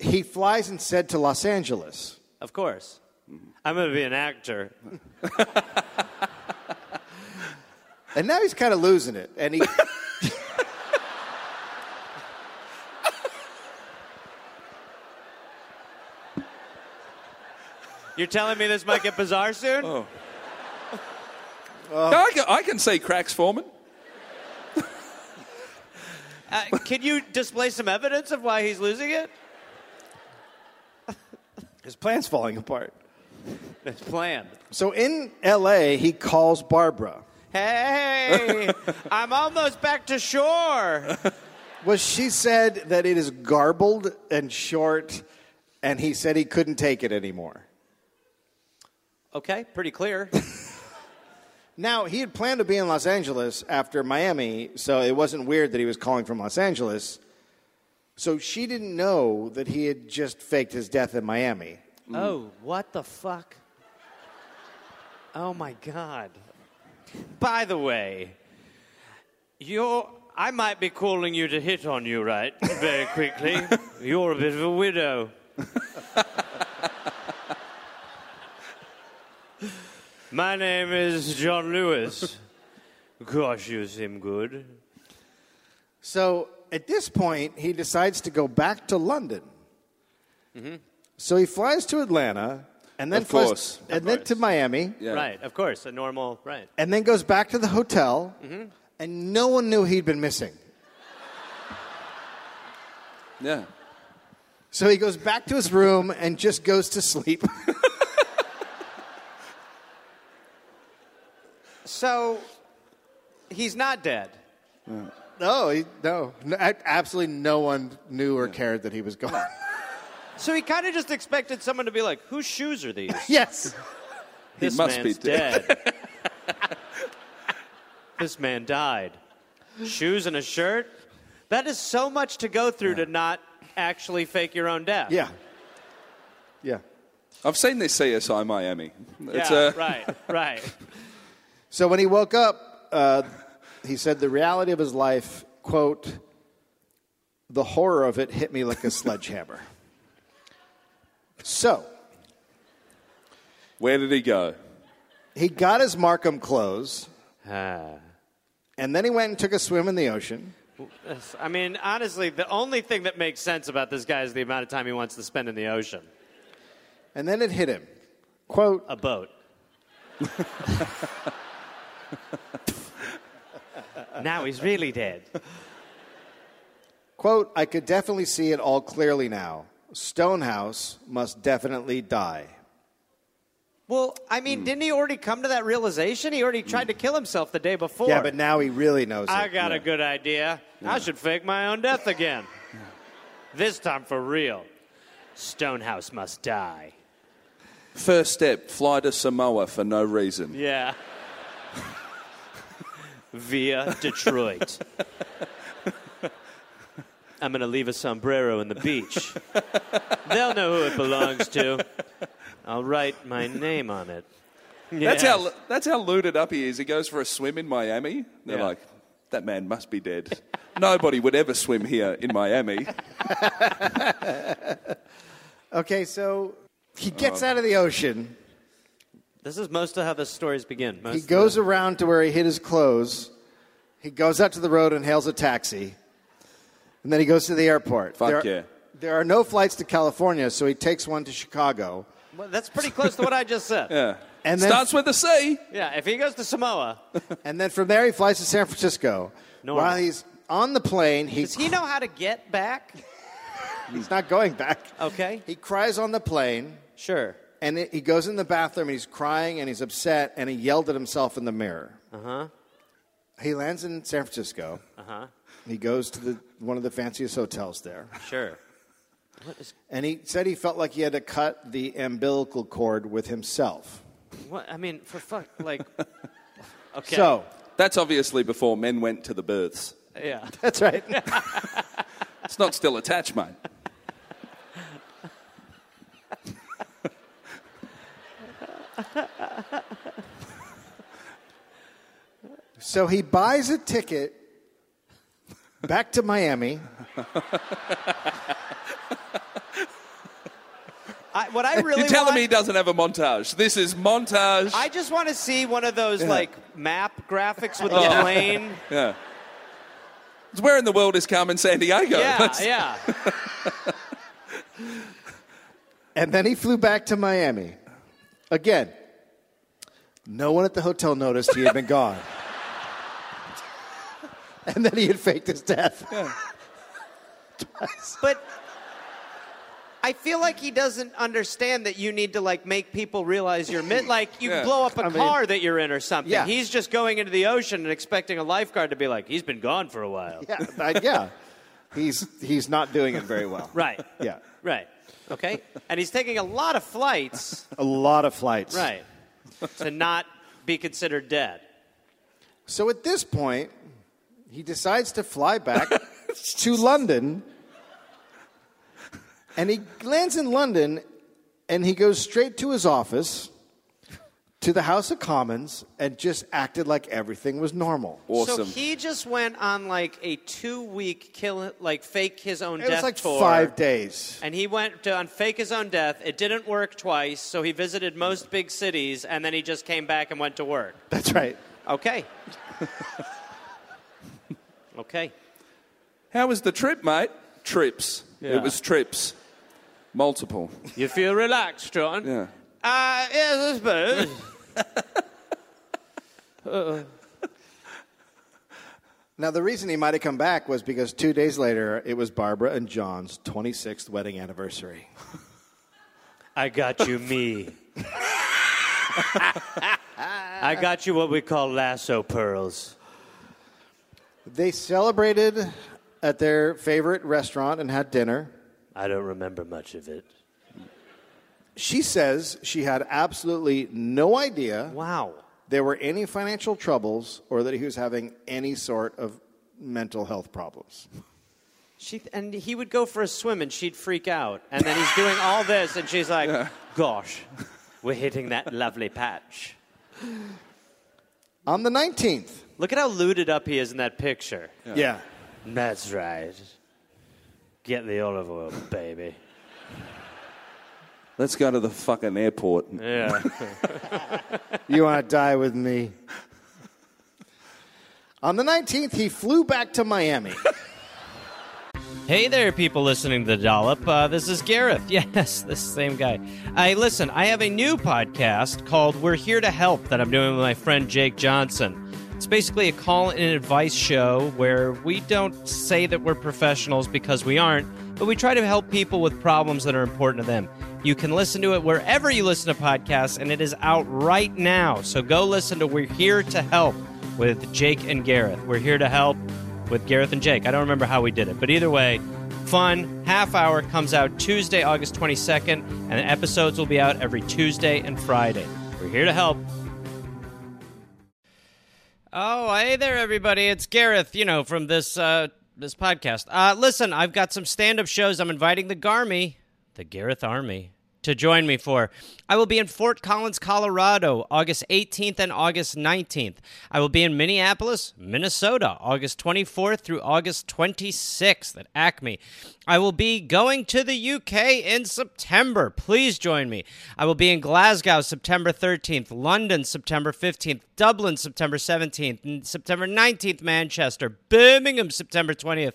he flies instead to Los Angeles. Of course. I'm going to be an actor. And now he's kind of losing it. And <laughs> he. You're telling me this might get bizarre soon? No, I, can, I can see cracks forming. Uh, can you display some evidence of why he's losing it? His plan's falling apart. His plan. So in L.A., he calls Barbara. Hey, I'm almost back to shore. Well, she said that it is garbled and short, and he said he couldn't take it anymore. <laughs> Okay, pretty clear. Now, he had planned to be in Los Angeles after Miami, so it wasn't weird that he was calling from Los Angeles. So she didn't know that he had just faked his death in Miami. Oh, what the fuck? Oh my god. By the way, you're I might be calling you to hit on you right very <laughs> quickly. you're a bit of a widow. my name is John Lewis. Gosh, you seem good. So at this point, he decides to go back to London. So he flies to Atlanta, and then Mm-hmm. Of flies, course. and then to Miami, Yeah. Right, of course, a normal right. and then goes back to the hotel, Mm-hmm. and no one knew he'd been missing. Yeah. So he goes back to his room and just goes to <laughs> sleep. So he's not dead. no, he, no, no, a- absolutely no one knew or cared that he was gone. So he kind of just expected someone to be like, "Whose shoes are <laughs> these?" <laughs> yes. This must be man's dead. <laughs> this man died. Shoes and a shirt. That is so much to go through to not actually fake your own death. Yeah. Yeah. I've seen this CSI Miami. It's uh, Yeah, a, <laughs> right, <laughs> right. So when he woke up, uh, he said the reality of his life, quote, the horror of it hit me like a sledgehammer. so Where did he go? he got his Markham clothes, Ah. and then he went and took a swim in the ocean. I mean, honestly, the only thing that makes sense about this guy is the amount of time he wants to spend in the ocean. And then it hit him. Quote, A <laughs> boat. now he's really dead. quote, I could definitely see it all clearly now. Stonehouse must definitely die. Well, I mean, didn't he already come to that realization? He already tried to kill himself the day before. Yeah, but now he really knows I it. got a good idea. I should fake my own death again. this time for real. Stonehouse must die. First step, fly to Samoa for no reason. Yeah. <laughs> Via Detroit. I'm going to leave a sombrero in the beach. They'll know who it belongs to. I'll write my name on it. Yes. That's how that's how looted up he is. He goes for a swim in Miami. They're Yeah. like, that man must be dead. <laughs> Nobody would ever swim here in <laughs> Miami. Okay, so he gets out of the ocean. This is most of how the stories begin. Most He of goes around to where he hid his clothes. He goes out to the road and hails a taxi. And then he goes to the airport. Fuck there are, yeah. There are no flights to California, so he takes one to Chicago. the- Well, that's pretty close to what I just said. yeah. <laughs> Yeah. And then- Starts with a C. if he goes to Samoa, And then from there, he flies to San Francisco. Normal. While he's on the plane, he, does he know how to get back? he's not going back. Okay. He cries on the plane, Sure. and it, he goes in the bathroom, and he's crying, and he's upset, and he yelled at himself in the mirror. Uh huh. He lands in San Francisco. Uh huh. He goes to the, one of the fanciest hotels there. Sure. And he said he felt like he had to cut the umbilical cord with himself. What I mean, for fuck, <laughs> like. Okay. So, That's obviously before men went to the births. yeah. that's right. It's not still attached, mate. <laughs> so he buys a ticket back to Miami. I, what I <laughs> really You're telling want, me he doesn't have a montage. This is montage. I just want to see one of those like map graphics with Oh. Yeah. a <laughs> plane. yeah. It's where in the world is Carmen San Diego. <laughs> Yeah, yeah. And then he flew back to Miami. Again, no one at the hotel <laughs> noticed he had been gone. and then he had faked his death. <laughs> But I feel like he doesn't understand that you need to like make people realize you're mid. Like you Yeah. blow up a I mean- car that you're in or something. Yeah. He's just going into the ocean and expecting a lifeguard to be like, he's been gone for a while. Yeah, I, yeah. He's he's not doing it very well. <laughs> Right. Yeah. Right. Okay. And he's taking a lot of <laughs> flights. A lot of flights. Right. To not be considered dead. So at this point, he decides to <laughs> fly back to London. And he lands in London and he goes straight to his office to the House of Commons and just acted like everything was normal. Awesome. So he just went on like a two-week kill, like fake his own It death was like tour. five days. And he went to on fake his own death. It didn't work twice, so he visited most big cities, and then he just came back and went to work. That's right. <laughs> Okay. okay. How was the trip, mate? Trips. Yeah. It was trips. Multiple. You feel relaxed, John? Yeah. Uh, yes, I suppose. Now, the reason he might have come back was because two days later, it was Barbara and John's 26th wedding anniversary. I got you me. I got you what we call lasso pearls. They celebrated at their favorite restaurant and had dinner. I don't remember much of it. She says she had absolutely no idea Wow. there were any financial troubles or that he was having any sort of mental health problems. She and he would go for a swim and she'd freak out. And then he's doing all this and she's like, "Gosh, we're hitting that lovely patch." On the 19th. Look at how looted up he is in that picture. Yeah. That's right. Get the olive oil, baby. Let's go to the fucking airport. Yeah. You want to die with me? On the 19th, he flew back to Miami. Hey there, people listening to the Dollop. Uh, this is Gareth. <laughs> Yes, this same guy. I listen. I have a new podcast called "We're Here to Help" that I'm doing with my friend Jake Johnson. It's basically a call and advice show where we don't say that we're professionals because we aren't, but we try to help people with problems that are important to them. You can listen to it wherever you listen to podcasts, and it is out right now. So go listen to "We're Here to Help" with Jake and Gareth. We're here to help with Gareth and Jake. I don't remember how we did it, but either way, fun half hour comes out Tuesday, August 22nd, and the episodes will be out every Tuesday and Friday. We're here to help. Oh, hey there, everybody! It's Gareth, you know, from this uh, this podcast. Uh, listen, I've got some stand up shows. I'm inviting the Garmy, the Gareth Army, to join me for. I will be in Fort Collins, Colorado, August 18th and August 19th. I will be in Minneapolis, Minnesota, August 24th through August 26th at Acme. I will be going to the UK in September. Please join me. I will be in Glasgow September 13th, London September 15th, Dublin September 17th, and September 19th, Manchester, Birmingham September 20th,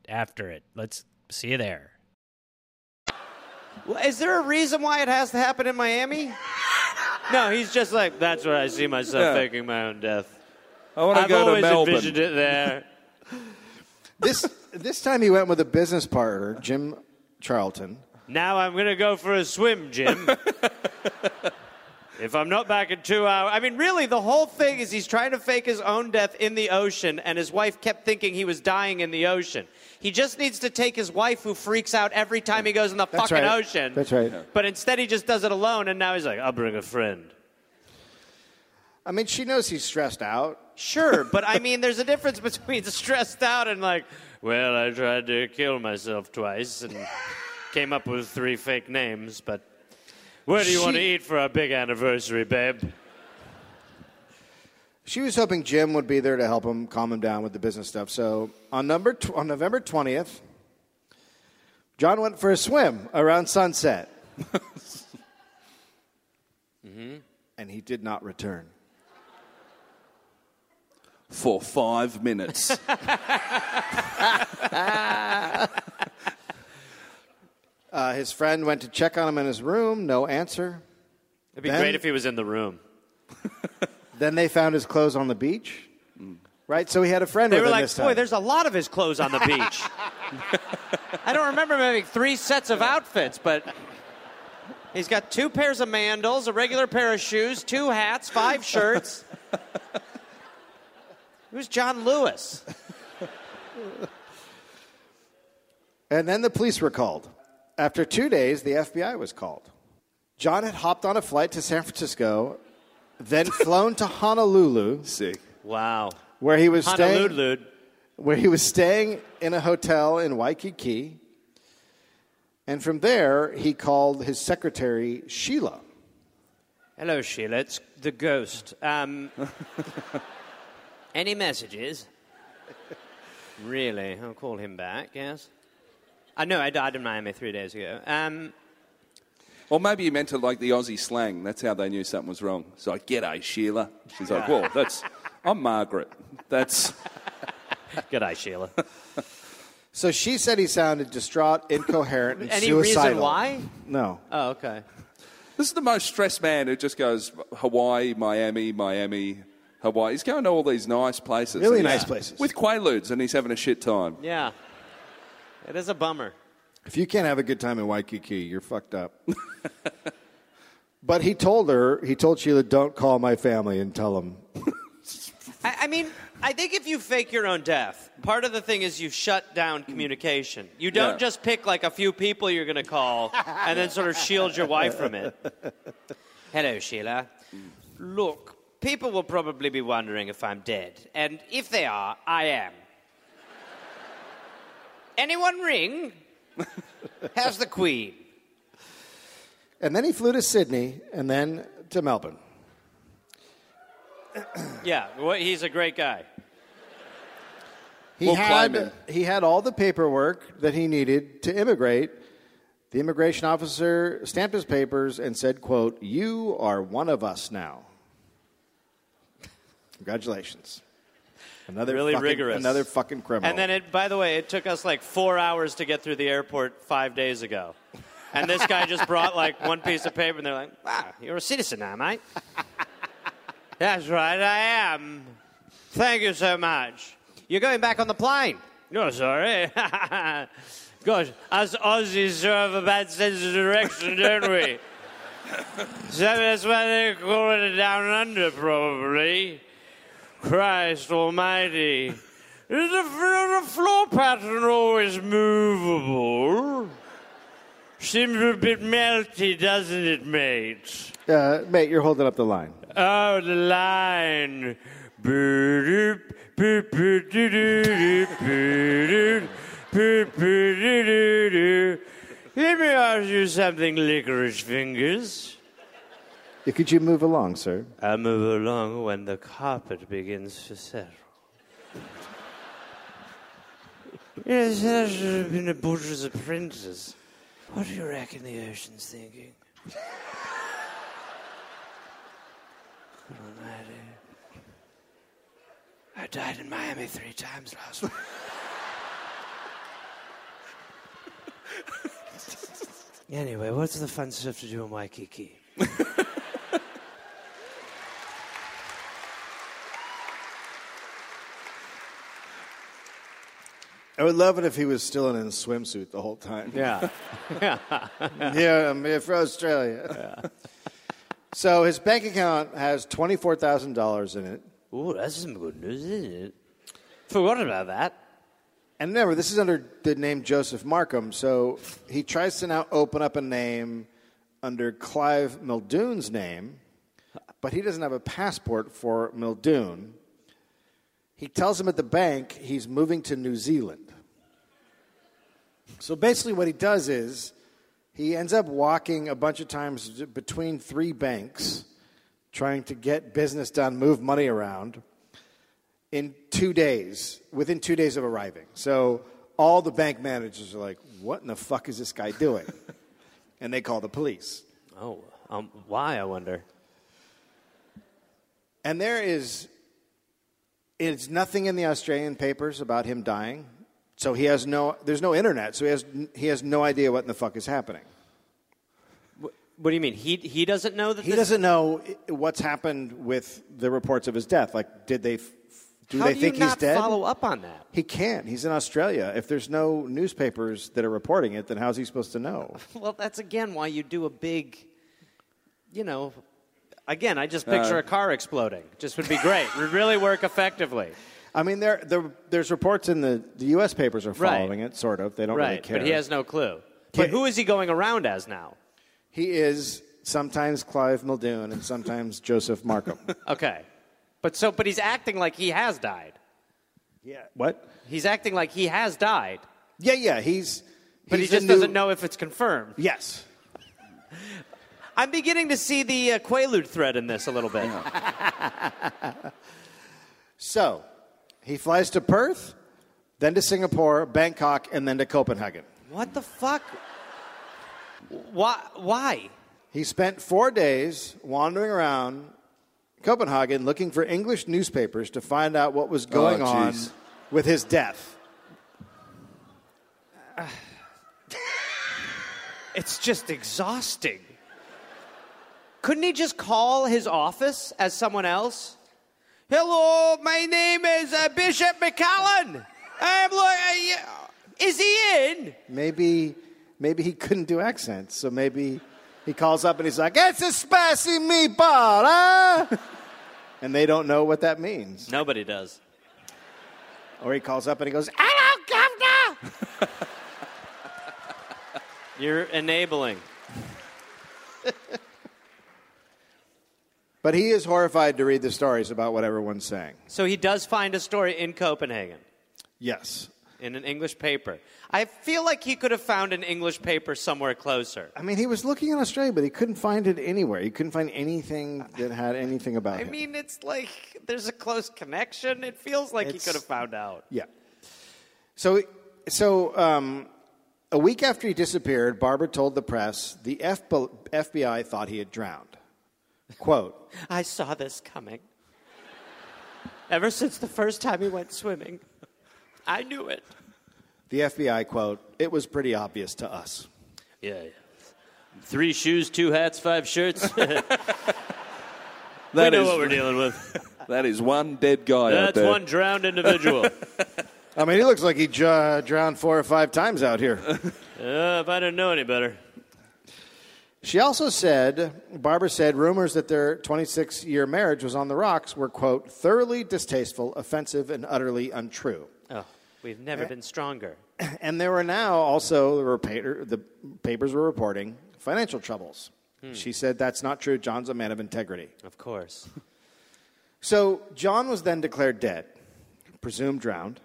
after it. Let's see you there. Is there a reason why it has to happen in Miami? No, he's just like, that's where I see myself Yeah. faking my own death. I want to go to Melbourne. it there. this, this time, he went with a business partner, Jim Charlton. Now I'm going to go for a swim, <laughs> Jim. if I'm not back in two hours. I mean, really, the whole thing is he's trying to fake his own death in the ocean, and his wife kept thinking he was dying in the ocean. He just needs to take his wife, who freaks out every time he goes in the That's fucking right. ocean. That's right. Yeah. But instead, he just does it alone, and now he's like, I'll bring a friend. I mean, she knows he's stressed out. Sure, but I mean, there's a difference between <laughs> stressed out and like, well, I tried to kill myself twice and came up with three fake names, but where do you want to She- eat for our big anniversary, babe? She was hoping Jim would be there to help him calm him down with the business stuff. So on number tw- on November twentieth, John went for a swim <laughs> around sunset. Mm-hmm. And he did not return. for <laughs> five minutes. Uh, his friend went to check on him in his room, no answer. It'd be Then- great if he was in the room. Then they found his clothes on the beach. Right? So he had a friend Mm. They with were him like, this time. boy, there's a lot of his clothes <laughs> on the beach. I don't remember him having three sets of outfits, but he's got two pairs of mandals, a regular pair of shoes, two hats, five shirts. Who's John Lewis? And then the police were called. After two days, the FBI was called. John had hopped on a flight to San Francisco, <laughs> then flown to Honolulu, Sick. Wow. where he was staying, Honolulu. where he was staying in a hotel in Waikiki. And from there, he called his secretary Sheila. Hello, Sheila. It's the ghost. Um, <laughs> any messages? Really? I'll call him back, yes? I know, I died in Miami three days ago. Um, Or maybe he meant it like the Aussie slang. That's how they knew something was wrong. It's like, g'day, Sheila. She's like, whoa, that's, I'm Margaret. That's, good eye, Sheila. So she said he sounded distraught, incoherent, and <laughs> Any suicidal. reason why? No. Oh, okay. this is the most stressed man who just goes Hawaii, Miami, Miami, Hawaii. He's going to all these nice places. Really And nice he's- places. With Quaaludes, and he's having a shit time. Yeah. It is a bummer. If you can't have a good time in Waikiki, you're fucked up. but he told her, he told Sheila, don't call my family and tell them. I, I mean, I think if you fake your own death, part of the thing is you shut down communication. You don't Yeah. just pick like a few people you're going to call and then sort of shield your wife from it. Hello, Sheila. Look, people will probably be wondering if I'm dead. And if they are, I am. Anyone ring? How's the Queen? And then he flew to Sydney and then to Melbourne. Yeah, well, he's a great guy. He, We'll climb had, him. he had all the paperwork that he needed to immigrate. The immigration officer stamped his papers and said, quote, You are one of us now. Congratulations. Another Really fucking- rigorous. Another fucking criminal. And then it by the way, it took us like four hours to get through the airport five days ago. And this guy just brought like one piece of paper and they're like, Wow, you're a citizen now, mate. That's right, I am. Thank you so much. You're going back on the plane. No, sorry. <laughs> Gosh, us Aussies sure have a bad sense of direction, don't we? <laughs> so that's why they call it down under, probably. Christ Almighty. Is the, f- the floor pattern always movable? Seems a bit melty, doesn't it, mate? uh, mate, you're holding up the line. Oh, the line. Boo-doop, boo-boo-doo-doo-doo, boo-doop, boo-boo-doo-doo-doo. Let me ask you something, licorice fingers. Could you move along, sir? I move along when the carpet begins to settle. yes, I should have been a butcher's apprentice. What do you reckon the ocean's thinking? Good almighty. I died in Miami three times last week. <laughs> anyway, what's the fun stuff to do in Waikiki? I would love it if he was still in a swimsuit the whole time. <laughs> Yeah. yeah, I'm here for Australia. so his bank account has twenty-four thousand dollars in it. Ooh, that's some good news, isn't it? Forgot about that. And remember, this is under the name Joseph Markham, so he tries to now open up a name under Clive Muldoon's name, but he doesn't have a passport for Muldoon. He tells him at the bank he's moving to New Zealand. So basically, what he does is he ends up walking a bunch of times between three banks, trying to get business done, move money around in two days, within two days of arriving. So all the bank managers are like, what in the fuck is this <laughs> guy doing? and they call the police. Oh, um, why, I wonder? And there is it's nothing in the Australian papers about him dying. So he has no there's no internet, so he has he has no idea what in the fuck is happening. What do you mean? He, he doesn't know that He this- doesn't know i- what's happened with the reports of his death. Like did they f- do How they do think you he's not dead? follow up on that? he can't. He's in Australia. If there's no newspapers that are reporting it, then how's he supposed to know? Well, that's again why you do a big, you know, again, I just Uh, picture a car exploding. Just would be great. would really work effectively. I mean, there, there there's reports in the the U.S. papers are Right. following it, sort of. They don't really Right. care. But he has no clue. But who is he going around as now? He is sometimes Clive Muldoon and sometimes Joseph <laughs> Markham. Okay. But so, but he's acting like he has died. yeah. What? He's acting like he has died, Yeah, yeah. He's. but he's he just the new- doesn't know if it's confirmed. Yes. I'm beginning to see the uh, Quaalude thread in this a little bit. So he flies to Perth, then to Singapore, Bangkok, and then to Copenhagen. What the fuck? Why? Why? He spent four days wandering around Copenhagen looking for English newspapers to find out what Oh, was going on jeez. with his death. It's just exhausting. Couldn't he just call his office as someone else? Hello, my name is uh, Bishop McCallan. I'm like, is he in? Maybe, maybe he couldn't do accents, so maybe he calls up and he's like, "It's a spicy meatball," ah!" and they don't know what that means. Nobody does. Or he calls up and he goes, "Hello, governor." You're enabling. But he is horrified to read the stories about what everyone's saying. So he does find a story in Copenhagen Yes, in an English paper. I feel like he could have found an English paper somewhere closer. I mean he was looking in Australia, but he couldn't find it anywhere. He couldn't find anything that had anything about I him. mean, it's like there's a close connection. It feels like he It's- could have found out. Yeah. So, so um, a week after he disappeared, Barber told the press the FB- FBI thought he had drowned. Quote, I saw this coming. Ever since the first time he went swimming, I knew it. the FBI, quote, it was pretty obvious to us. Yeah. yeah. Three shoes, two hats, five <laughs> shirts. we That know is- what we're dealing with. that is one dead guy out That's there. one drowned <laughs> individual. I mean, he looks like he dr- drowned four or five times out here. Uh, if I didn't know any better. <laughs> she also said, Barber said, rumors that their 26 year marriage was on the rocks were, quote, thoroughly distasteful, offensive, and utterly untrue. Oh, we've never been stronger. And there were now also the, repater, the papers were reporting financial troubles. She said that's not true. John's a man of integrity. Of course. So John was then declared dead, presumed drowned.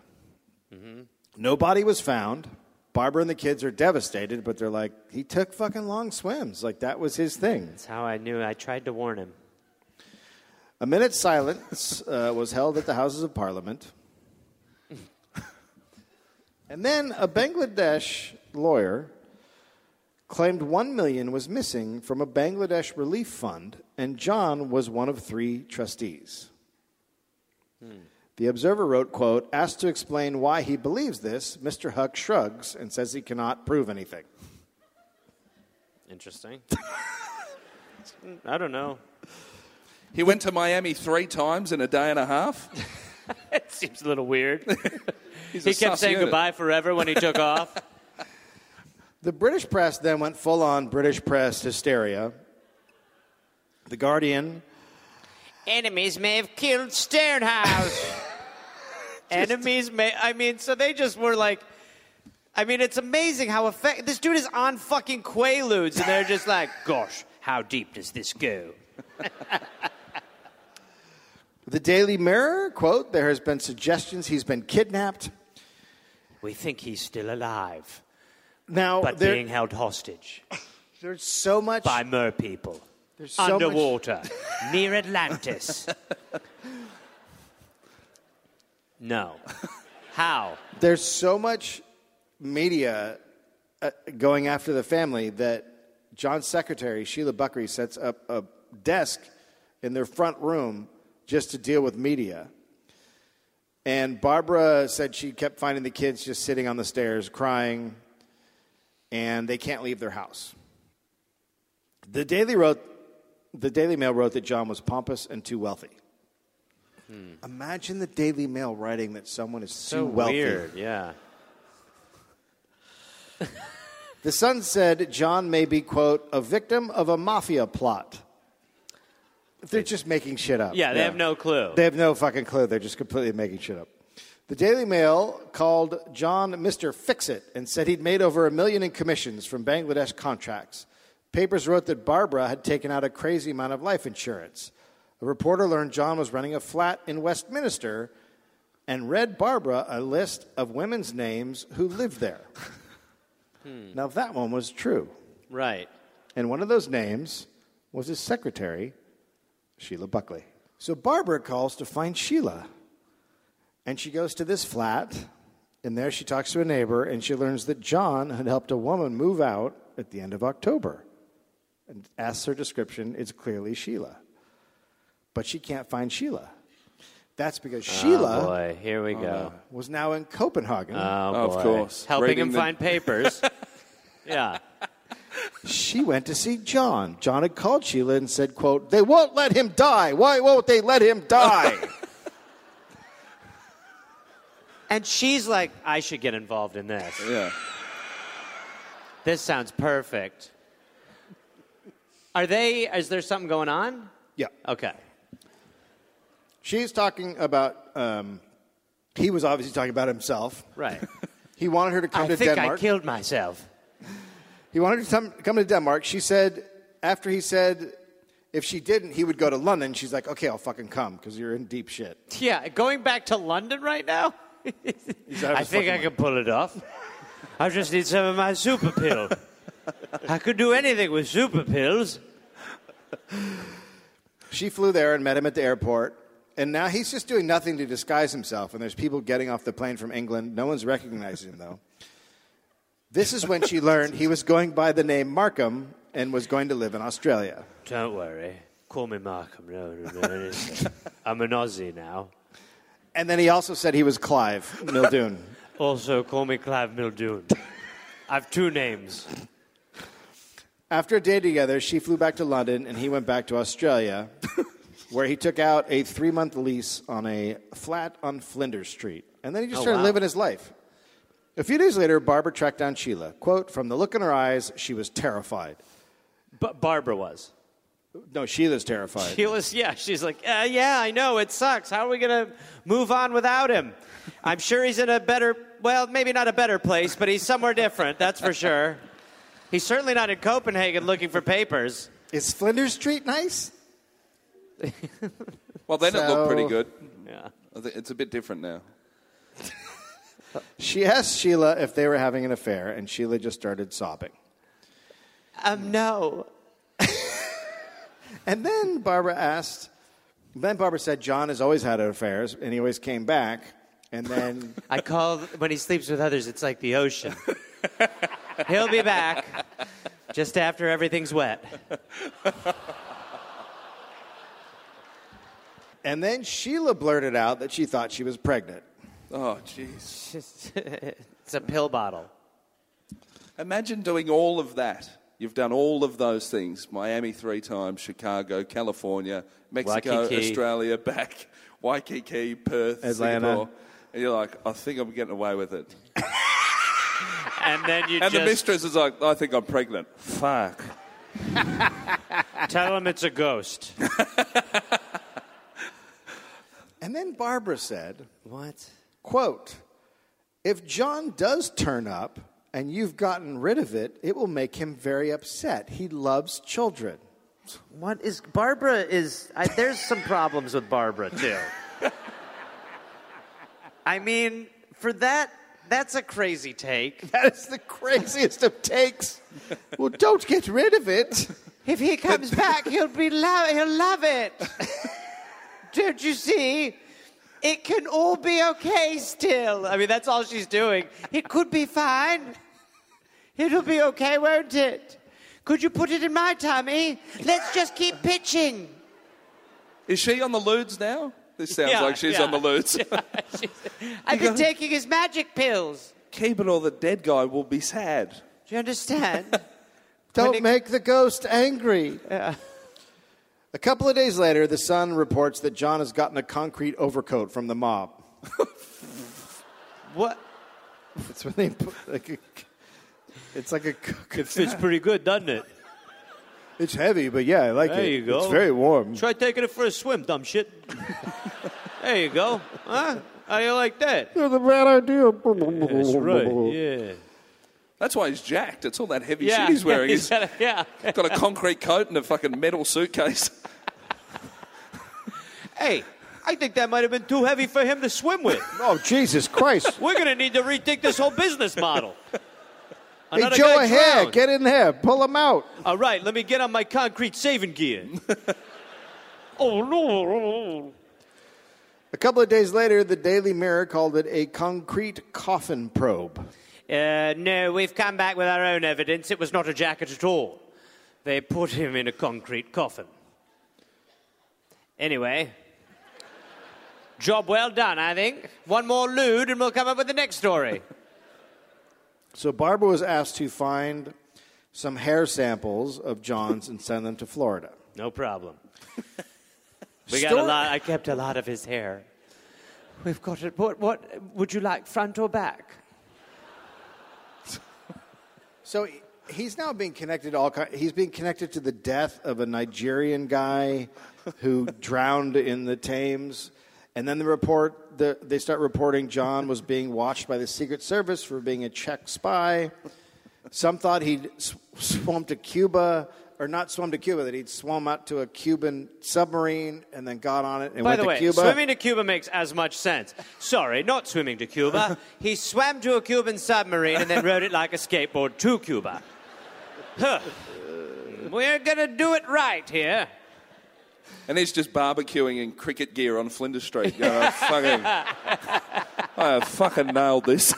No body was found. Barbara and the kids are devastated, but they're like, he took fucking long swims. Like that was his thing. That's how I knew. I tried to warn him. A minute's silence uh, was held at the Houses of Parliament. <laughs> And then a Bangladesh lawyer claimed one million was missing from a Bangladesh relief fund, and John was one of three trustees. The Observer wrote, quote, asked to explain why he believes this, Mr. Huck shrugs and says he cannot prove anything. <laughs> Interesting. I don't know. He went to Miami three times in a day and a half. It seems a little <laughs> weird. He's he a kept sus saying unit. goodbye forever when he took off. The British press then went full on British press hysteria. The Guardian Enemies may have killed <laughs> Sternhouse. Enemies may. I mean, so they just were like. I mean, it's amazing how effective. This dude is on fucking Quaaludes, and they're just like, <laughs> gosh, how deep does this go? The Daily Mirror, quote, there has been suggestions he's been kidnapped. We think he's still alive, Now but there- being held hostage there's so much <laughs> by mer people. there's so much- <laughs> underwater, near <laughs> Atlantis. no. How? there's so much media uh, going after the family that John's secretary, Sheila Buckley, sets up a desk in their front room just to deal with media. And Barbara said she kept finding the kids just sitting on the stairs crying, and they can't leave their house. The Daily wrote, the Daily Mail wrote that John was pompous and too wealthy. Imagine the Daily Mail writing that someone is Hmm. So too wealthy. weird, yeah. The Sun said John may be, quote, a victim of a mafia plot. They're just making shit up. Yeah, they have no clue. They have no fucking clue. They're just completely making shit up. The Daily Mail called John Mr. Fix It and said he'd made over a million in commissions from Bangladesh contracts. Papers wrote that Barbara had taken out a crazy amount of life insurance. A reporter learned John was running a flat in Westminster and read Barbara a list of women's names who lived there. Now, that one was true. right. And one of those names was his secretary, Sheila Buckley. So Barbara calls to find Sheila. And she goes to this flat, and there she talks to a neighbor, and she learns that John had helped a woman move out at the end of October. And asks her description, it's clearly Sheila. But she can't find Sheila. That's because Oh, Sheila boy, here we go. was now in Copenhagen. Oh, Of boy. course. Helping Reading him the- find papers. yeah. she went to see John. John had called Sheila and said, quote, They won't let him die. Why won't they let him <laughs> die? And she's like, I should get involved in this. Yeah. This sounds perfect. Are they, is there something going on? yeah. Okay. She's talking about, um, he was obviously talking about himself. Right. He wanted her to come I to think Denmark. I killed myself. he wanted her to come, come to Denmark. She said, after he said, if she didn't, he would go to London. She's like, okay, I'll fucking come because you're in deep shit. Yeah, going back to London right now? out of I his think fucking I mind. can pull it off. I just need some of my super pill. I could do anything with super pills. She flew there and met him at the airport. And now he's just doing nothing to disguise himself. And there's people getting off the plane from England. No one's recognizing him, though. This is when she learned he was going by the name Markham and was going to live in Australia. Don't worry. Call me Markham. No, no, no, no. <laughs> I'm an Aussie now. And then he also said he was Clive Mildoon. Also, call me Clive Mildoon. I've two names. After a day together, she flew back to London and he went back to <laughs> Australia, where he took out a three month lease on a flat on Flinders Street. And then he just Oh, started wow. living his life. A few days later, Barbara tracked down Sheila. Quote, from the look in her eyes, she was terrified. But Barbara was. No, Sheila's terrified. She was, yeah, she's like, uh, yeah, I know, it sucks. How are we going to move on without him? I'm sure he's in a better, well, maybe not a better place, but he's somewhere different, that's for sure. He's certainly not in Copenhagen looking for papers. Is Flinders Street nice? Well, then it looked pretty So- good. Yeah. I think It's a bit different now. She asked Sheila if they were having an affair, and Sheila just started sobbing. Um, no. And then Barbara asked, then Barbara said, John has always had affairs, and he always came back. And then I call, when he sleeps with others, it's like the <laughs> ocean. He'll be back just after everything's wet. <laughs> And then Sheila blurted out that she thought she was pregnant. Oh, jeez. it's a pill bottle. Imagine doing all of that. You've done all of those things Miami three times, Chicago, California, Mexico, Waikiki. Australia, back, Waikiki, Perth, Atlanta. Singapore. And you're like, I think I'm getting away with it. And then you And the just mistress is like, I think I'm pregnant. Fuck. tell him it's a ghost. And then Barbara said, What? quote, if John does turn up and you've gotten rid of it, it will make him very upset. He loves children. <laughs> What is Barbara is I, there's some problems with Barbara <laughs> too. I mean, for that that's a crazy take. That is the craziest of takes. well, don't get rid of it. If he <laughs> comes back, he'll be lo- he'll love it. Don't you see? It can all be okay still. I mean, that's all she's doing. It could be fine. It'll be okay, won't it? Could you put it in my tummy? Let's just keep pitching. Is she on the ludes now? This sounds Yeah, like she's <laughs> yeah. on the ludes. I've been taking his magic pills. Keeping or the dead guy will be sad. Do you understand? Don't Nick- make the ghost angry. A couple of days later, the Sun reports that John has gotten a concrete overcoat from the mob. <laughs> what? That's when they put like a, it's like a. c- It fits pretty good, doesn't it? It's heavy, but yeah, I like There it. you go. It's very warm. Try taking it for a swim, dumb shit. there you go. Huh? How do you like that? It's a bad idea. That's right. Yeah. That's why he's jacked. It's all that heavy Yeah. shit he's wearing. He's got a- <laughs> yeah. got a concrete coat and a fucking metal suitcase. <laughs> <laughs> Hey, I think that might have been too heavy for him to swim with. Oh Jesus Christ! We're going to need to rethink this whole business <laughs> model. hey <laughs> Another Joe, guy hair, drowned. get in there, pull him out. All right, let me get on my concrete saving gear. <laughs> oh, no. A couple of days later, the Daily Mirror called it a concrete coffin probe. Uh, no, we've come back with our own evidence. It was not a jacket at all. They put him in a concrete coffin. Anyway, job well done, I think. One more lewd, and we'll come up with the next story. So Barbara was asked to find some hair samples of John's and send them to Florida. No problem. We got a lot. I kept a lot of his hair. We've got it. What, what would you like, front or back? So he- he's now being connected to all ki- he's being connected to the death of a Nigerian guy <laughs> who drowned in the Thames. And then the report the, they start reporting John was being watched by the Secret Service for being a Czech spy. Some thought he'd sw- swum to Cuba or not swum to Cuba that he'd swum out to a Cuban submarine and then got on it and By went the to way, Cuba. swimming to Cuba makes as much sense. Sorry, not swimming to Cuba. he swam to a Cuban submarine and then rode it like a skateboard to Cuba. Huh. We're going to do it right here. And he's just barbecuing in cricket gear on Flinders Street. Going, I fucking, I have fucking nailed this.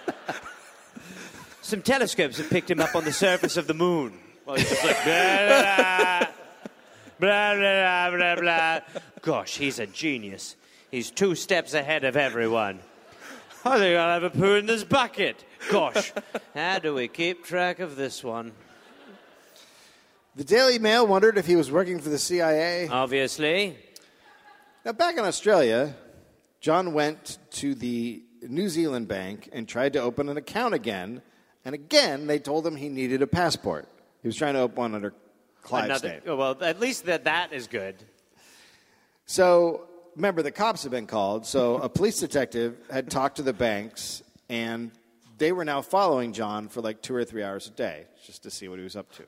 <laughs> Some telescopes have picked him up on the surface of the moon. Well, he's just like, blah, blah, blah, blah, blah, blah, blah. Gosh, he's a genius. He's two steps ahead of everyone. I think I'll have a poo in this bucket. Gosh, how do we keep track of this one? the Daily Mail wondered if he was working for the CIA. Obviously. Now, back in Australia, John went to the New Zealand bank and tried to open an account again. And again, they told him he needed a passport. He was trying to open one under Clive's Another, name. oh, well, at least that, that is good. So, remember, the cops had been called. So, a police detective had talked to the banks, and they were now following John for like two or three hours a day just to see what he was up to.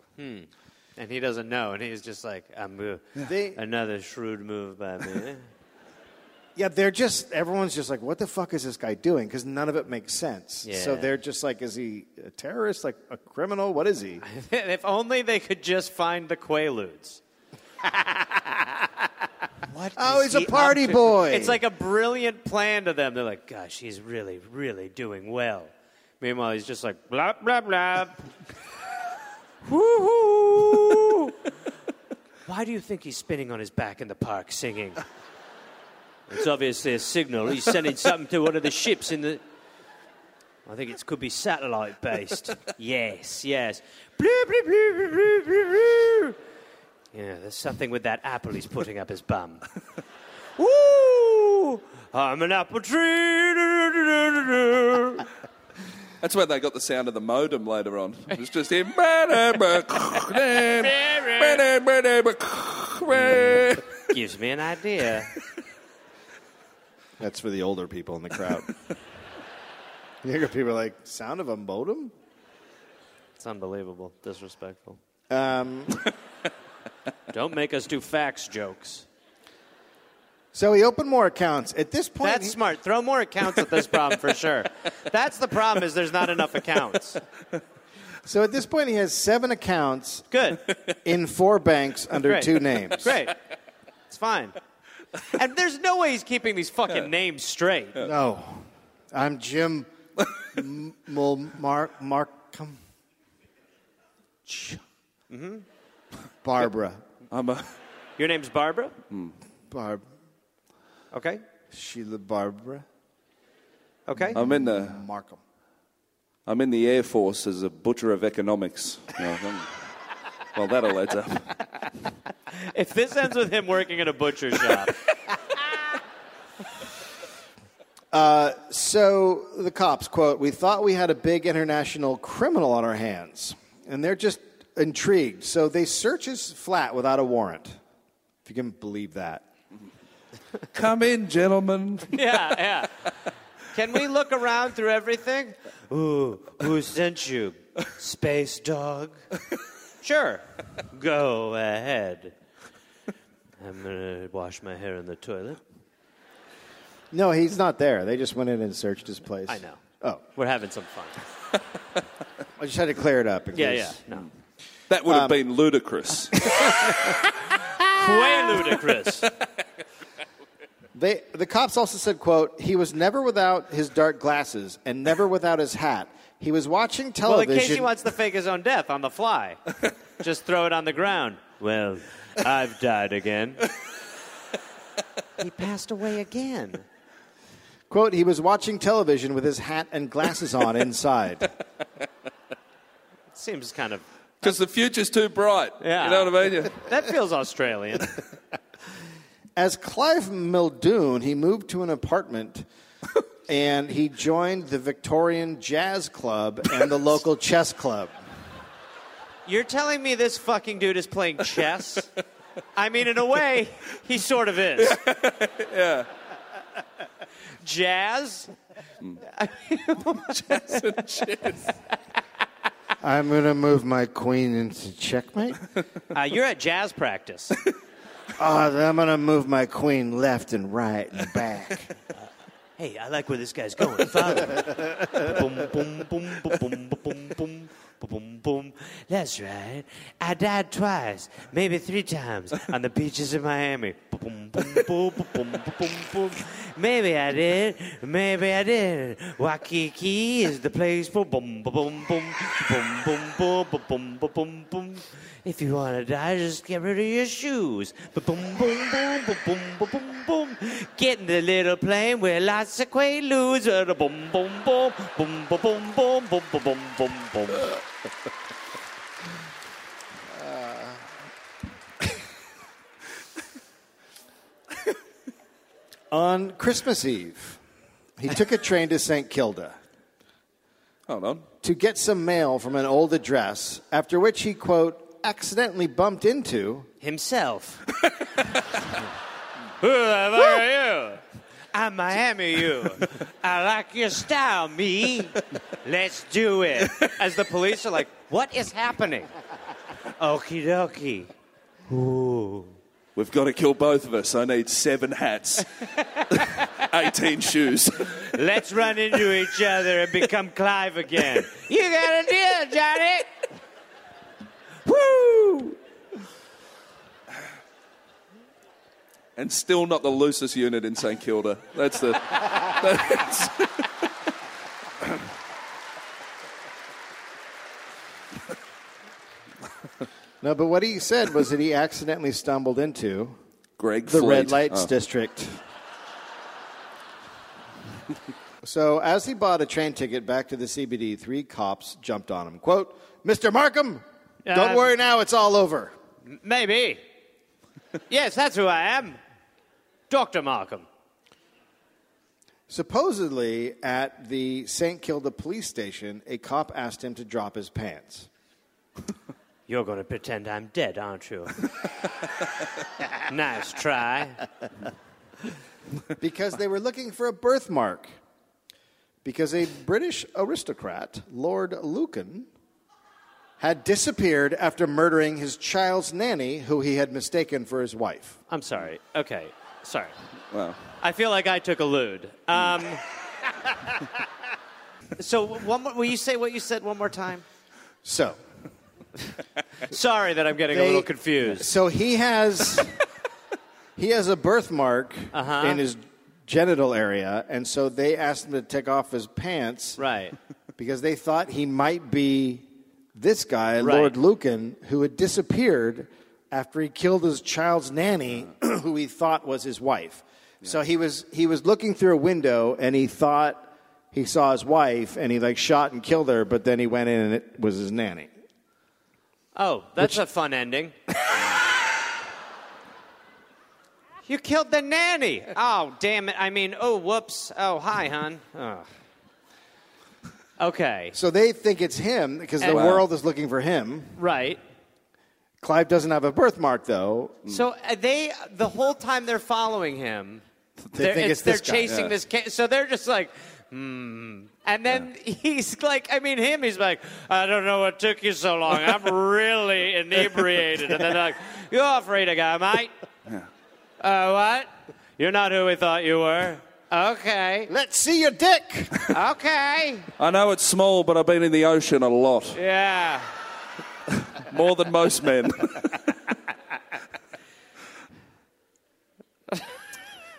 And he doesn't know, and he's just like, I'm, uh, They- another shrewd move by <laughs> me. Yeah, they're just everyone's just like, what the fuck is this guy doing? Because none of it makes sense. So Yeah. they're just like, is he a terrorist? Like a criminal? What is he? if only they could just find the Quaaludes. what? Oh, is he's a he up <laughs> party to? boy. It's like a brilliant plan to them. They're like, gosh, he's really, really doing well. Meanwhile, he's just like, blah, blah, blah. <laughs> Woo-hoo. Why do you think he's spinning on his back in the park singing? It's obviously a signal. He's sending something to one of the ships in the. I think it could be satellite based. yes, yes. Blue, blue, blue, blue, blue, blue, blue. Yeah, there's something with that apple he's putting up his bum. Ooh, I'm an apple tree. do-do-do-do-do. That's where they got the sound of the modem later on. It's just him. That's Gives me an idea. That's for the older people in the crowd. <laughs> the younger people are like, sound of a modem? It's unbelievable. Disrespectful. Um, Don't make us do facts jokes. so he opened more accounts. At this point, That's he- smart. Throw more accounts at this problem for sure. That's the problem is there's not enough accounts. so at this point, he has seven accounts Good. in four banks under Great. <laughs> two names. Great. It's fine. and there's no way he's keeping these fucking names straight. No, Oh, I'm Jim M- Mul- Mark Markham. Mm-hmm. Barbara. I'm a, Your name's Barbara? Barb. Okay. Sheila Barbara Okay. I'm in the Markham. I'm in the Air Force as a butcher of economics. Yeah, I'm- well, that all adds up. if this ends with him working at a butcher shop, So the cops quote, "We thought we had a big international criminal on our hands, and they're just intrigued. So they search his flat without a warrant. If you can believe that." Come in, gentlemen. yeah, yeah. Can we look around through everything? Ooh, who sent you? Space dog? Sure. Go ahead. I'm gonna wash my hair in the toilet. No, he's not there. They just went in and searched his place. I know. Oh, We're having some fun. I just had to clear it up. in Yeah, yeah. case- No. That would have been ludicrous. Way <laughs> ludicrous. They, the cops also said, "quote He was never without his dark glasses and never without his hat. He was watching Well, in television." case he wants to fake his own death on the <laughs> fly, just throw it on the ground. Well, I've died again. <laughs> he passed away again. quote He was watching television with his hat and glasses on <laughs> inside. Seems kind of. Because the future's too bright. Yeah. You know what I mean? That feels Australian. As Clive Muldoon, he moved to an apartment. And he joined the Victorian Jazz Club and the <laughs> local chess club. You're telling me this fucking dude is playing chess? I mean, in a way, he sort of is. yeah. Jazz? I'm going to move my queen into <laughs> checkmate. Uh, you're at jazz practice. Oh, then I'm going to move my queen left and right and back. hey, I like where this guy's going. <laughs> Follow me. boom, boom, boom, boom, boom, boom, boom, boom, boom. That's right. I died twice, maybe three times, on the beaches of Miami. Boom, boom, boom, boom, boom, boom, boom, boom. Maybe I did, maybe I didn't. Waikiki is the place for boom, boom, boom, boom, boom, boom, boom, boom, boom, boom, boom, boom. If you want to die, just get rid of your shoes. Boom, boom, boom, boom, boom, boom, boom boom. Get in the little plane with lots of quaaludes. Uh, da Boom, boom, boom, boom, boom, boom, boom, boom, boom, boom, boom, boom. On Christmas Eve, he took a train to St. Kilda Hold on. to get some mail from an old address, after which he, quote, accidentally bumped into. Himself. <laughs> Who the fuck are you? I'm Miami, you. I like your style, me. Let's do it. <laughs> As the police are like, what is happening? Okie dokie. Ooh. We've got to kill both of us. I need seven <laughs> hats, 18 shoes. Let's run into each other and become Clive again. You got a deal, Johnny. Woo! And still not the loosest unit in St Kilda. That's the. That's, No, but what he said was that he accidentally stumbled into Greg the Fleet. red lights Oh. district. so, as he bought a train ticket back to the CBD, three cops jumped on him. Quote, Mr. Markham, Uh, don't worry now, it's all over. Maybe. Yes, that's who I am. Dr. Markham. Supposedly, at the St. Kilda police station, a cop asked him to drop his pants. You're going to pretend I'm dead, aren't you? <laughs> nice try. because they were looking for a birthmark. Because a British aristocrat, Lord Lucan, had disappeared after murdering his child's nanny, who he had mistaken for his wife. I'm sorry. Okay. Sorry. Wow. I feel like I took a lewd. Um, <laughs> so, one more, will you say what you said one more time? So, Sorry that I'm getting a They- <laughs> little confused. so he has <laughs> He has a birthmark in his genital area, and so they asked him to take off his pants Right. because they thought he might be this guy, Right. Lord Lucan, who had disappeared after he killed his child's nanny, <clears throat> who he thought was his wife. So he was he was looking through a window and he thought he saw his wife and he like shot and killed her, but then he went in and it was his nanny. Oh, that's a fun ending. <laughs> you killed the nanny. Oh, damn it. I mean, oh, whoops. Oh, hi, hon. Ugh. Okay. So they think it's him because the Wow. world is looking for him. Right. Clive doesn't have a birthmark though. So uh, they, the whole time they're following him, They they're, think it's- it's this they're guy. chasing Yeah. this kid. So they're just like, hmm. And then he's like, I mean, him, he's like, I don't know what took you so long. <laughs> I'm really inebriated. And then they're like, you're free to go, mate. Uh, what? You're not who we thought you were. Okay. Let's see your <laughs> dick. Okay. I know it's small, but I've been in the ocean a lot, <laughs> Yeah. more than most men.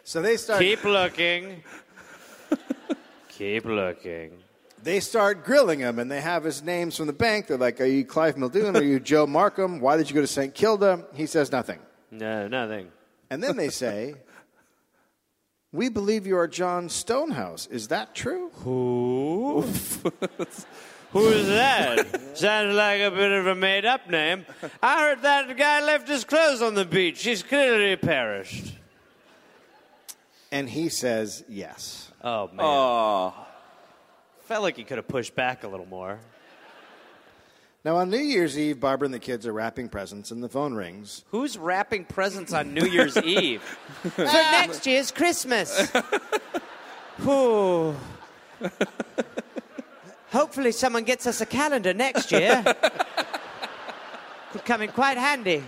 so they start Keep looking. Keep looking. they start grilling him and they have his names from the bank. They're like, Are you Clive Muldoon? Are <laughs> you Joe Markham? Why did you go to St. Kilda? He says nothing. No, nothing. And then they <laughs> say, We believe you are John Stonehouse. Is that true? Who? <laughs> Who's that? Sounds like a bit of a made up name. I heard that guy left his clothes on the beach. He's clearly perished. And he says, Yes. Oh, man. Ah, Felt like he could have pushed back a little more. Now, on New Year's Eve, Barbara and the kids are wrapping presents and the phone rings. Who's wrapping presents on New <laughs> Year's Eve? For next <laughs> year's Christmas. Whew. Hopefully, someone gets us a calendar next year. Could come in quite handy.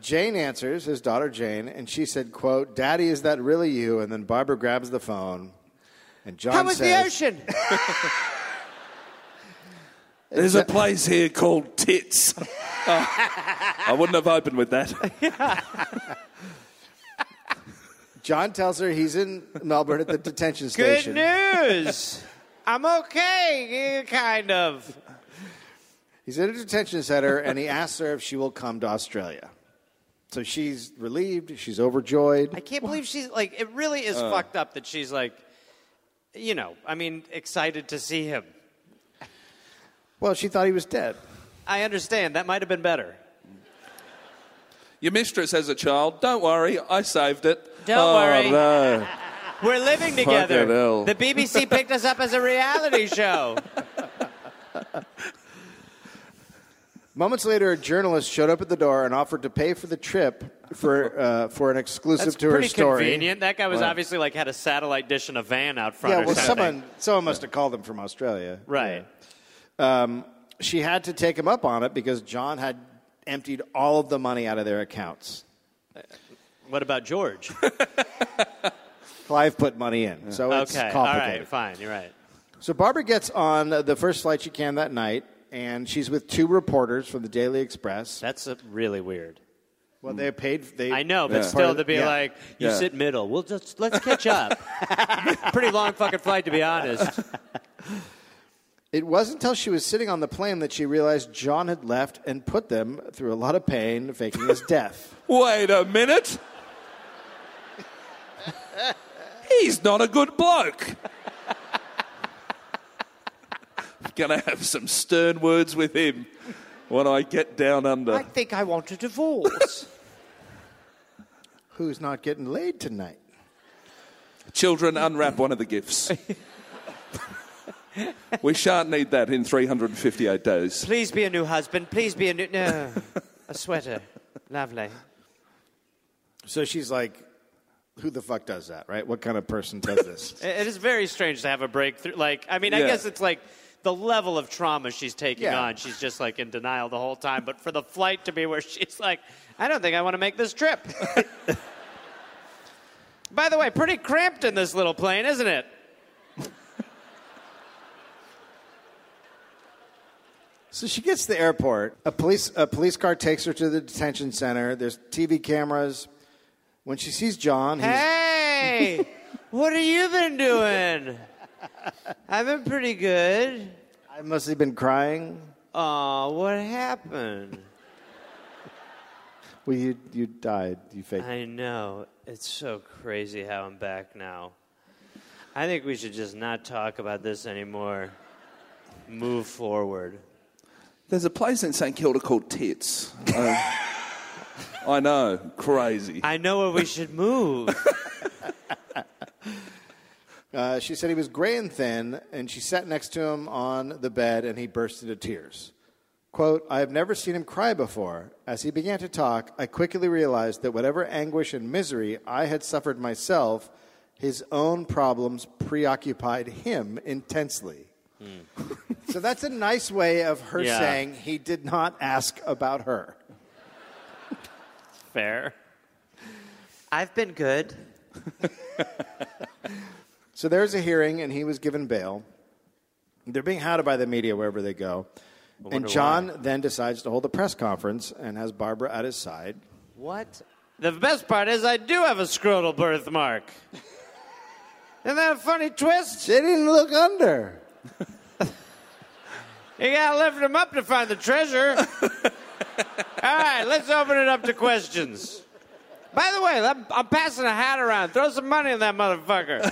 Jane answers, his daughter Jane, and she said, quote, Daddy, is that really you? And then Barbara grabs the phone. And John How was the says, <laughs> ocean? there's a place here called Tits. Oh, I wouldn't have opened <laughs> with that. John tells her he's in Melbourne <laughs> at the detention Good station. news. I'm okay, eh, kind of. He's in a detention center and he asks her if she will come to Australia. So she's relieved, she's I overjoyed. can't believe she's like, it really is fucked up that she's like, you know, I mean, excited to see him. Well, she thought he was dead. I understand. That might have been better. Your mistress has a child. Don't worry, I saved it. Don't Oh, worry. no. We're living together. Fucking hell. The BBC picked us up as a reality show. Moments later, a journalist showed up at the door and offered to pay for the trip <laughs> for, uh, for an exclusive That's to her pretty story. convenient. That guy was obviously like had a satellite dish in a van out front. Yeah, or well, something. someone, someone must have called him from Australia. Right. Um, she had to take him up on it because John had emptied all of the money out of their accounts. What about George? Clive put money in, so it's okay. All complicated. right. Fine. You're right. So Barbara gets on the first flight she can that night, and she's with two reporters from the Daily Express. That's uh really weird. Well, they paid. They I know, but Yeah. still to be Yeah. like, you Yeah. sit middle. We'll just let's catch up. Pretty long fucking flight, to be honest. it wasn't until she was sitting on the plane that she realized John had left and put them through a lot of pain, faking his death. <laughs> Wait a minute. He's not a good bloke. Gonna have some stern words with him when I get down under. think I want a divorce. Who's not getting laid tonight? Children, unwrap one of the gifts. we shan't need that in 358 days. Please be a new husband. Please be a new no, a sweater. Lovely. So she's like, "Who the fuck does that? Right? What kind of person does this?" <laughs> It it is very strange to have a breakthrough. Like, I mean, I Yeah. guess it's like the level of trauma she's taking Yeah. on. She's just like in denial the whole time. But for the flight to be where <laughs> she's like, I don't think I want to make this trip. <laughs> By the way, pretty cramped in this little plane, isn't it? So she gets to the airport. A police a police car takes her to the detention center. There's TV cameras. When she sees John, he's, Hey, <laughs> what have you been doing? I've been pretty good. I must have been crying. Aw, what happened? Well, you you died. You faked. I know. It's so crazy how I'm back now. I think we should just not talk about this anymore. Move forward. There's a place in St Kilda called Tits. Uh, I know, crazy. I know where we should <laughs> move. Uh, she said he was gray and thin, and she sat next to him on the bed, and he burst into tears. Quote, I have never seen him cry before. As he began to talk, I quickly realized that whatever anguish and misery I had suffered myself, his own problems preoccupied him intensely. <laughs> so that's a nice way of her Yeah. saying he did not ask about her. Fair. I've been good. So there's a hearing, and he was given bail. They're being hounded by the media wherever they go. And wonder John then decides to hold a press conference and has Barbara at his side. What? The best part is I do have a scrotal birthmark. Isn't that a funny twist? They didn't look under. You gotta lift them up to find <laughs> the treasure. All right, let's open it up to questions. By the way, I'm, I'm passing a hat around. Throw some money in that motherfucker.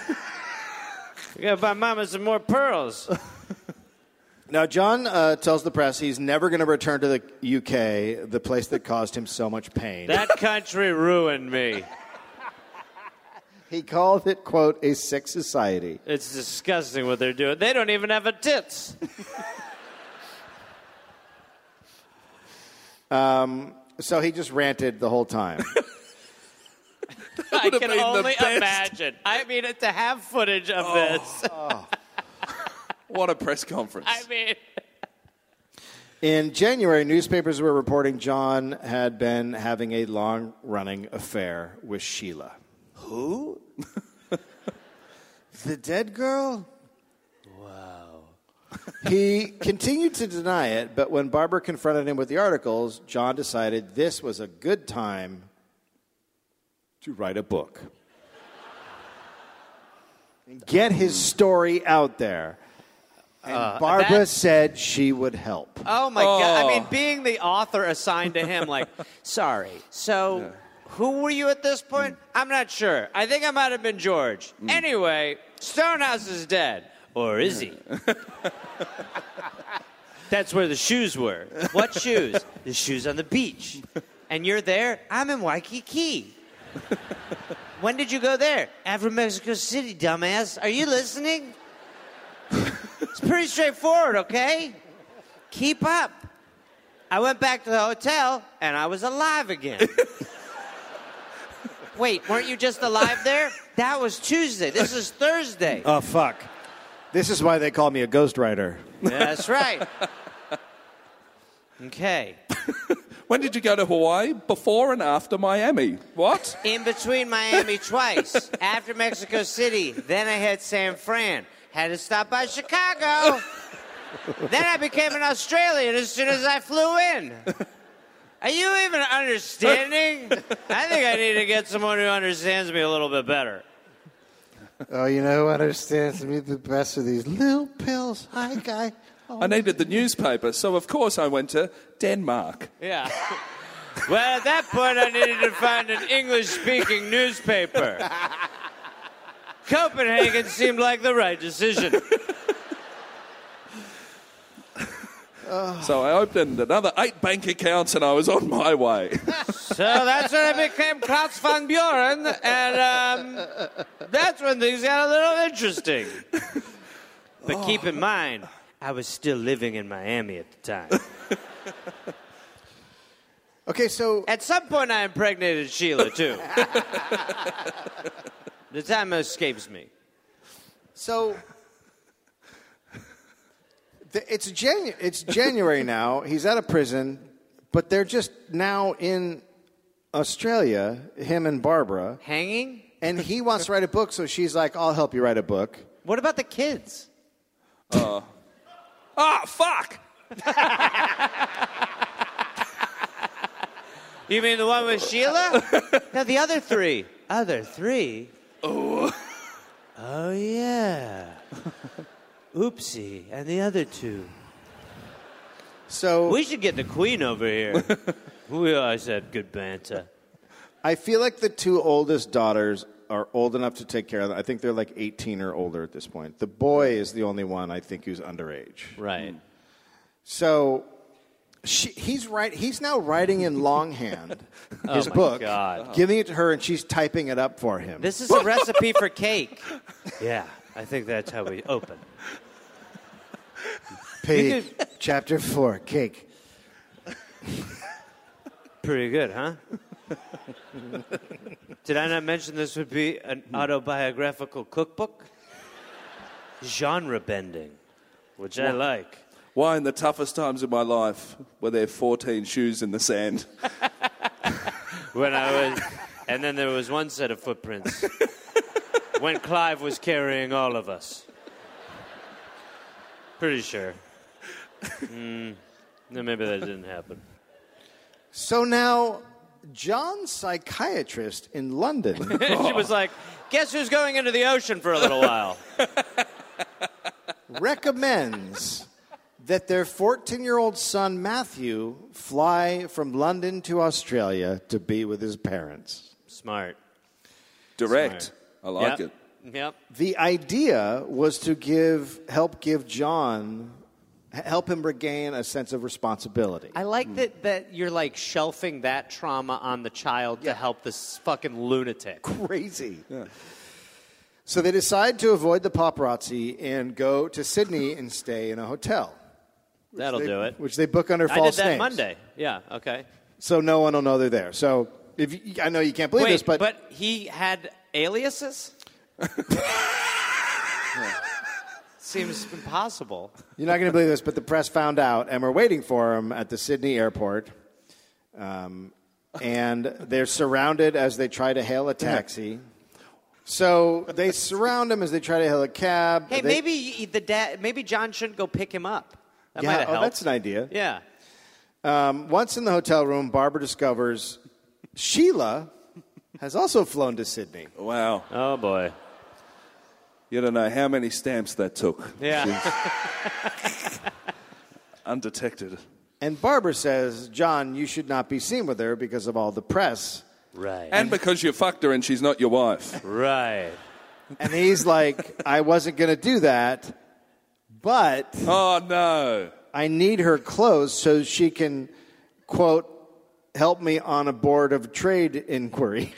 You gotta buy Mama some more pearls. Now, John uh, tells the press he's never going to return to the UK, the place that caused him so much pain. <laughs> That country ruined me. he called it, quote, a sick society. It's disgusting what they're doing. They don't even have a <laughs> tits. So he just ranted the whole time. I would've can been the only best. Oh. imagine. I mean, to have footage of this. <laughs> What a press conference. I mean, In January, newspapers were reporting John had been having a long running affair with Sheila. Who? <laughs> the dead girl? Wow. he continued to deny it, but when Barbara confronted him with the articles, John decided this was a good time to write a book. And Get his story out there. And Barbara that- said she would help. oh my god! I Oh. mean, being the author assigned to him, like, sorry. So, who were you at this point? I'm not sure. I think I might have been George. Anyway, Stonehouse is dead, or is he? That's where the shoes were. What shoes? the shoes on the beach. And you're there? I'm in Waikiki. when did you go there? Afro Mexico City, dumbass. Are you listening? it's pretty straightforward, okay? Keep up. I went back to the hotel and I was alive again. Wait, weren't you just alive there? That was Tuesday. This is Thursday. Oh, fuck. This is why they call me a ghostwriter. Yeah, that's right. Okay. When did you go to Hawaii? Before and after Miami. What? In between Miami twice. After Mexico City, then I hit San Fran. Had to stop by Chicago. then I became an Australian as soon as I flew in. Are you even understanding? I think I need to get someone who understands me a little bit better. Oh, you know what understands me the best of these little pills. Hi, guy. Oh. I needed the newspaper, so of course I went to Denmark. Yeah. Well, at that point, I needed to find an English speaking newspaper. Copenhagen seemed like the right decision. So I opened another eight bank accounts and I was on my way. <laughs> So that's when I became Klaus van Buren, and um, that's when things got a little interesting. But keep in mind, I was still living in Miami at the time. Okay, so At some point, I impregnated Sheila, too. the time escapes me. so the, it's Janu- it's January now. He's out of prison, but they're just now in Australia, him and Barbara, Hanging? and he wants to write a book, so she's like, "I'll help you write a book." What about the kids? Ah, fuck! You mean the one with Sheila? no, the other three. Other three? Oh. Oh, yeah. Oopsie. And the other two. So We should get the queen over here. we always had good banter. I feel like the two oldest daughters are old enough to take care of them. I think they're like 18 or older at this point. The boy is the only one I think who's underage. Right. So she, he's right. He's now writing in <laughs> longhand his Oh my book, God. giving it to her, and she's typing it up for him. This is a recipe for cake. Yeah, I think that's how we open. page, chapter four, cake. Pretty good, huh? Did I not mention this would be an autobiographical cookbook? Genre bending, which I like. Why in the toughest times of my life were there 14 shoes in the sand? When I was, and then there was one set of footprints when Clive was carrying all of us. Pretty sure. Mm, no, maybe that didn't happen. <laughs> So now, John's psychiatrist in <laughs> London. she was like, "Guess who's going into the ocean for a little while?" recommends that their 14 year old son Matthew fly from London to Australia to be with his parents. Smart. Direct. I like yep. it. Yep. The idea was to give help give John help him regain a sense of responsibility. I Hmm. like that that you're like shelving that trauma on the child to help this fucking <laughs> lunatic. Crazy. So they decide to avoid the paparazzi and go to Sydney and stay in a hotel. That'll They- do it. Which they book under I did false that names. Monday. Yeah. Okay. So no one will know they're there. So if you, I know you can't believe Wait, this, but, he had aliases. Seems impossible. You're not going to believe this, but the press found out, and we're waiting for him at the Sydney airport. Um, and they're surrounded as they try to hail a taxi. So they surround him as they try to hail a cab. Hey, They- maybe the dad. Maybe John shouldn't go pick him up. That Yeah, might have oh, helped. that's an idea. yeah. Um, once in the hotel room, Barbara discovers Sheila has also flown to Sydney. Wow. Oh boy. You don't know how many stamps that took. Yeah. Undetected. And Barbara says, John, you should not be seen with her because of all the press. Right. And because you fucked her and she's not your <laughs> wife. right. And he's like, I wasn't going to do that, but. Oh, no. I need her clothes so she can, quote, help me on a board of trade inquiry.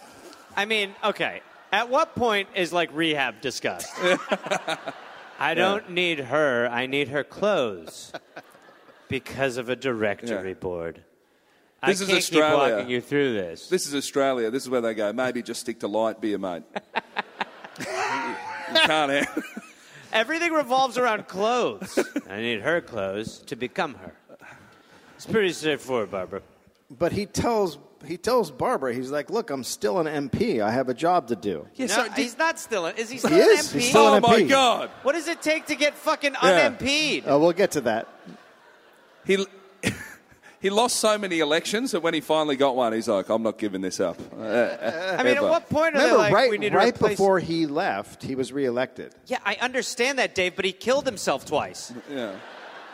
<laughs> I mean, okay. At what point is like rehab discussed? I don't need her. I need her clothes because of a directory Yeah. board. This I is can't keep Australia. walking you through this. This is Australia. This is where they go. Maybe just stick to light beer, mate. you can't have. Everything revolves around clothes. I need her clothes to become her. It's pretty straightforward, Barbara. but he tells he tells Barbara, he's like, look, I'm still an MP. I have a job to do. no, he's not still. Is he still He an is. MP? He's still Oh, an my MP. God. what does it take to get fucking Yeah. unMP'd? Uh, we'll get to that. He, <laughs> he lost so many elections that when he finally got one, he's like, I'm not giving this up. Uh, I mean, at Ever. what point are Remember, they like, right, we need to right replace- before he left, he was reelected. Yeah, I understand that, Dave, but he killed himself twice. Yeah.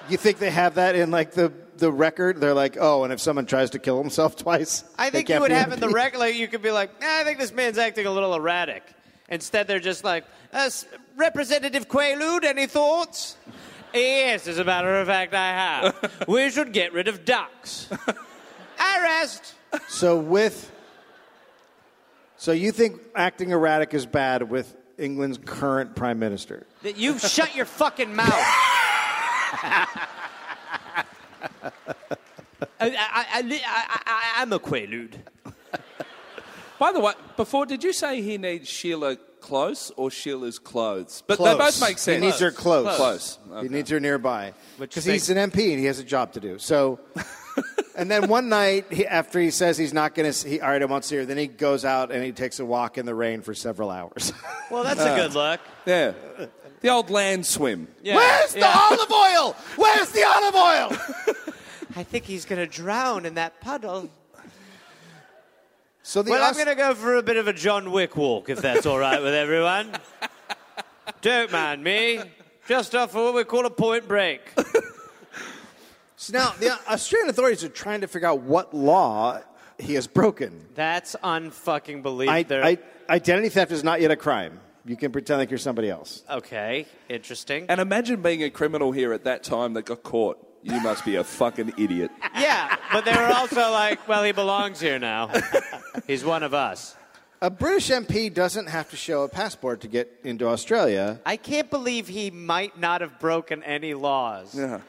You think they have that in like the, the record? They're like, oh, and if someone tries to kill himself <laughs> twice, I they think you can't would be have in the MP. record, like, you could be like, nah, I think this man's acting a little erratic. Instead, they're just like, uh, S- Representative Quaalude, any thoughts? yes, as a matter of fact, I have. we should get rid <laughs> of ducks. Arrest. So with so you think acting erratic is bad with England's current prime minister? That you shut your fucking mouth. <laughs> I, I, I, I, I, I'm a Quaalude. By the way, before, did you say he needs Sheila close or Sheila's clothes? But Close. they both make sense. He needs her close. Close. Uh, He needs her nearby Which because makes- he's an MP and he has a job to do. <laughs> So, and then one night he, after he says he's not going to, he all right, I won't see her. Then he goes out and he takes a walk in the rain for several hours. <laughs> Uh. Well, that's a good look. Yeah. The old land swim. Yeah, Where's yeah. the olive oil? Where's the olive oil? I think he's going to drown in that puddle. So the Well, I'm Aus- going to go for a bit of a John Wick walk, if that's all right with <laughs> everyone. Don't mind me. Just off of what we call a point break. so now the Australian authorities are trying to figure out what law he has broken. That's unfucking I, believable. I, identity theft is not yet a crime. You can pretend like you're somebody else. okay, interesting. And imagine being a criminal here at that time that got caught. You must be a fucking idiot. Yeah, but they were also like, well, he belongs here now. He's one of us. A British MP doesn't have to show a passport to get into Australia. I can't believe he might not have broken any laws. Yeah.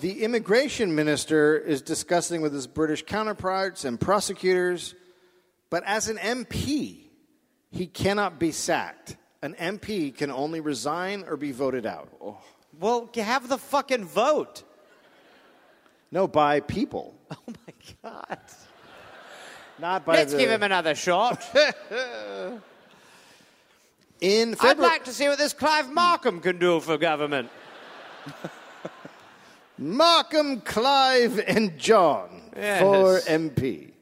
The immigration minister is discussing with his British counterparts and prosecutors, but as an MP, he cannot be sacked. An MP can only resign or be voted out. Well, have the fucking vote. <laughs> No, by people, Oh my God. not by. Let's the- give him another shot. in I'd February. like to see what this Clive Markham can do for government. Markham, Clive, and John Yes. for MP.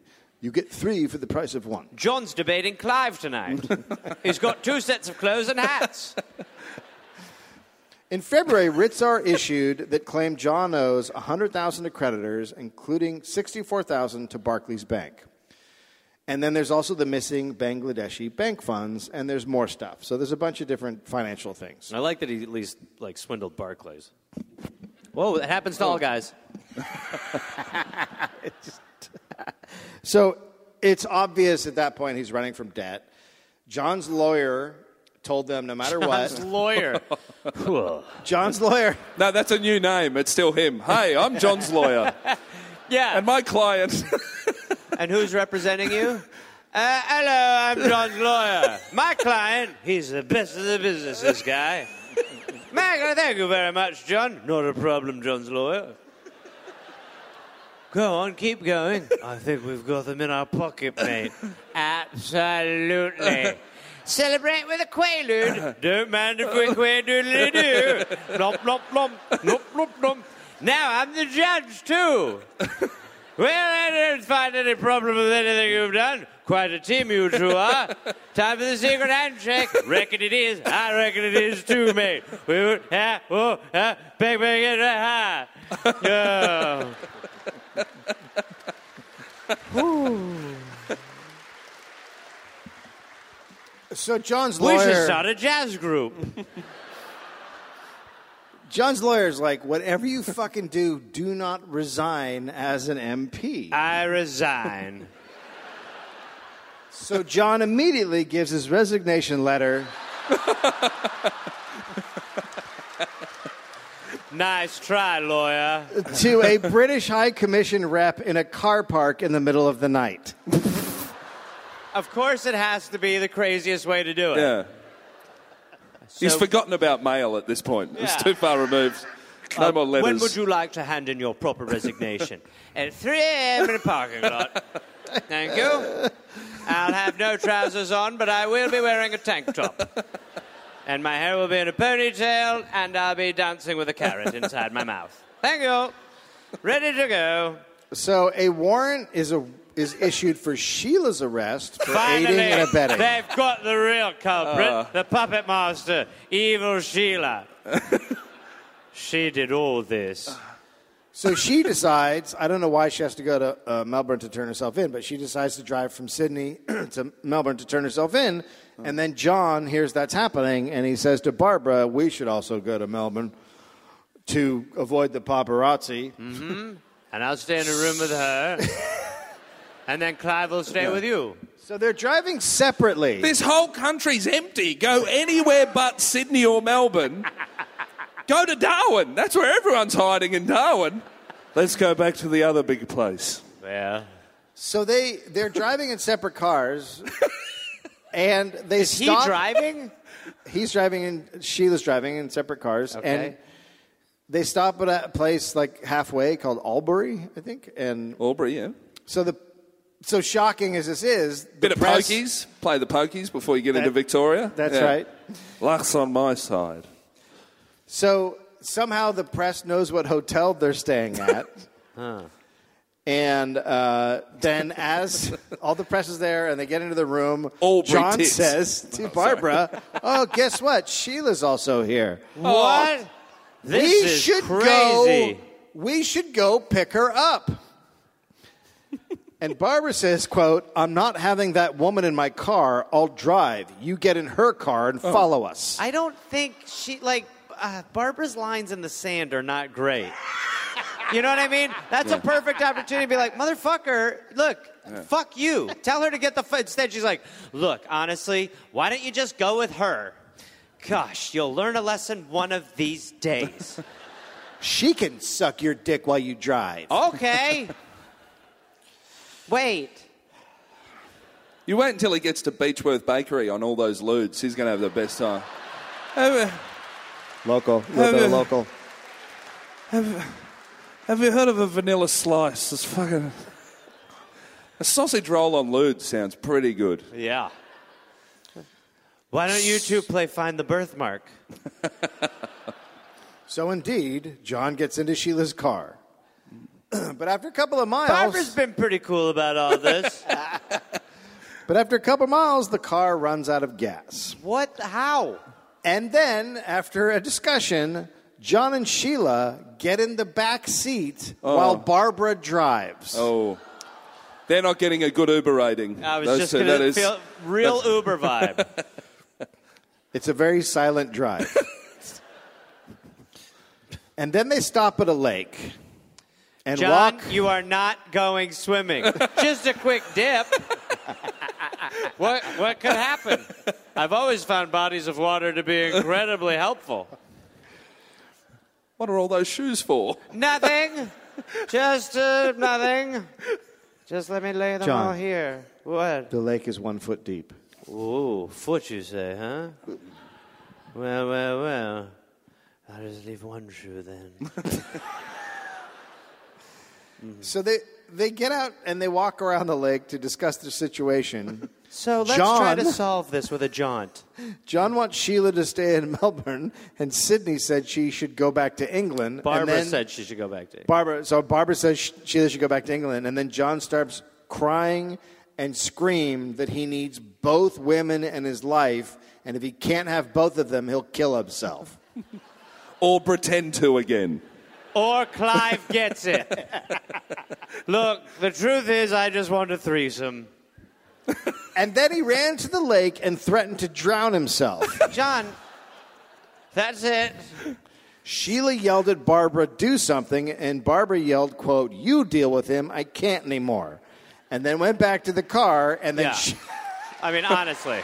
You get three for the price of one. John's debating Clive tonight. He's got two sets of clothes and hats. In February, writs are issued that claim John owes 100,000 to creditors, including 64,000 to Barclays Bank. And then there's also the missing Bangladeshi bank funds, and there's more stuff. So there's a bunch of different financial things. <laughs> I like that he at least like swindled Barclays. Whoa, that happens to all <laughs> guys. So it's obvious at that point he's running from debt. John's lawyer told them no matter John's what, lawyer. John's lawyer No, that's a new name. It's still him. Hey, I'm John's lawyer. Yeah. And my client. <laughs> And who's representing you? <laughs> Uh, hello, I'm John's lawyer. My client, he's the best of the business, this guy. Mac, thank you very much, John. Not a problem, John's lawyer. Go on, keep going. I think we've got them in our pocket, mate. <laughs> Absolutely. Celebrate with a quaalude. Don't mind if we quaadoodly do. Blomp, blomp, blomp. Blomp, blomp, blomp. Now I'm the judge, too. Well, I don't find any problem with anything you've done. Quite a team you two are. Time for the secret handshake. Reckon it is. I reckon it is too, mate. We would, ah, oh, ah, bang, bang, and ah, ha. Yeah. So John's We should lawyer, start a jazz group. John's lawyer is like, whatever you fucking do, do not resign as an MP. I resign. so John immediately gives his resignation letter. Nice try, lawyer. to a British High Commission rep in a car park in the middle of the night. Of course, it has to be the craziest way to do it. yeah. He's So- forgotten about mail at this point. Yeah. It's too far removed. No more letters. When would you like to hand in your <laughs> proper resignation? At 3 a.m. in the parking lot. Thank you. I'll have no trousers on, but I will be wearing a tank top. And my hair will be in a ponytail, and I'll be dancing with a carrot inside my mouth. Thank you. Ready to go. So a warrant is a is issued for Sheila's arrest for Finally, aiding and abetting. Uh. they've got the real culprit, the puppet master, <laughs> evil Sheila. she did all this. So she decides, I don't know why she has to go to uh, Melbourne to turn herself in, but she decides to drive from Sydney <clears throat> to Melbourne to turn herself in. And then John hears that's happening and he says to Barbara, We should also go to Melbourne to avoid the paparazzi. And I'll stay in a room with <laughs> her. and then Clive will stay with you. So they're driving separately. This whole country's empty. Go anywhere but Sydney or Melbourne. go to Darwin. That's where everyone's hiding in Darwin. Let's go back to the other big place. Well, So they <laughs> they're driving in separate cars, and they is he stop. driving? <laughs> He's driving and Sheila's driving in separate cars, and Okay. they stop at a place like halfway called Albury, I think. And Albury, yeah. so the so shocking as this is, the Bit of press- pokies. Play the pokies before you get into Victoria. that's right. Luck's on my side. So somehow the press knows what hotel they're staying at. And uh, then, as all the press is there and they get into the room, Oh, All John pretense. says to Barbara, Oh, guess what? Sheila's also here. What? Oh. This we is should crazy. go. We should go pick her up. and Barbara says, "quote I'm not having that woman in my car. I'll drive. You get in her car and follow us." I don't think she like uh, Barbara's lines in the sand are not great. You know what I mean? That's a perfect opportunity to be like, motherfucker, look, fuck you. Tell her to get the. F-. Instead, she's like, look, honestly, why don't you just go with her? Gosh, you'll learn a lesson one of these days. She can suck your dick while you drive. <laughs> Okay. Wait. You wait until he gets to Beechworth Bakery on all those lewds. He's going to have the best time. Have, <laughs> Local, little bit of local. have you heard of a vanilla slice? It's fucking. A sausage roll on lewd sounds pretty good. Yeah. Why don't you two play Find the Birthmark? So indeed, John gets into Sheila's car. <clears throat> but after a couple of miles, Barbara's been pretty cool about all this. but after a couple of miles, the car runs out of gas. <laughs> what? How? And then, after a discussion, John and Sheila get in the back seat Oh. while Barbara drives. Oh. They're not getting a good Uber rating. I was Those just two- going that to is- feel real Uber vibe. <laughs> It's a very silent <laughs> drive. and then they stop at a lake and John, walk. you are not <laughs> going swimming. just a quick dip. what what could happen? I've always found bodies of water to be incredibly helpful. What are all those shoes for? Nothing. Just uh, nothing. Just let me lay them John. all here. What? The lake is one foot deep. Ooh, foot you say, huh? Well, well, well. I'll just leave one shoe then. So they, they get out and they walk around the lake to discuss their <laughs> situation. So let's try John. to solve this with a jaunt. John wants Sheila to stay in <laughs> Melbourne, and Sydney said she should go back to England. and <laughs> Barbara then said she should go back to. Barbara. So Barbara says sh- Sheila should go back to England, and then John starts crying and scream that he needs both women in his life, and if he can't have both of them, he'll kill himself. Or pretend to again. <laughs> Or Clive gets it. <laughs> Look, the truth is, I just want a threesome. And then he ran to the lake and threatened to drown himself. John, that's it. Sheila yelled at Barbara, "Do something!" And Barbara yelled, "Quote, you deal with him. I can't anymore." And then went back to the car, and then. Yeah. She- <laughs> I mean, honestly.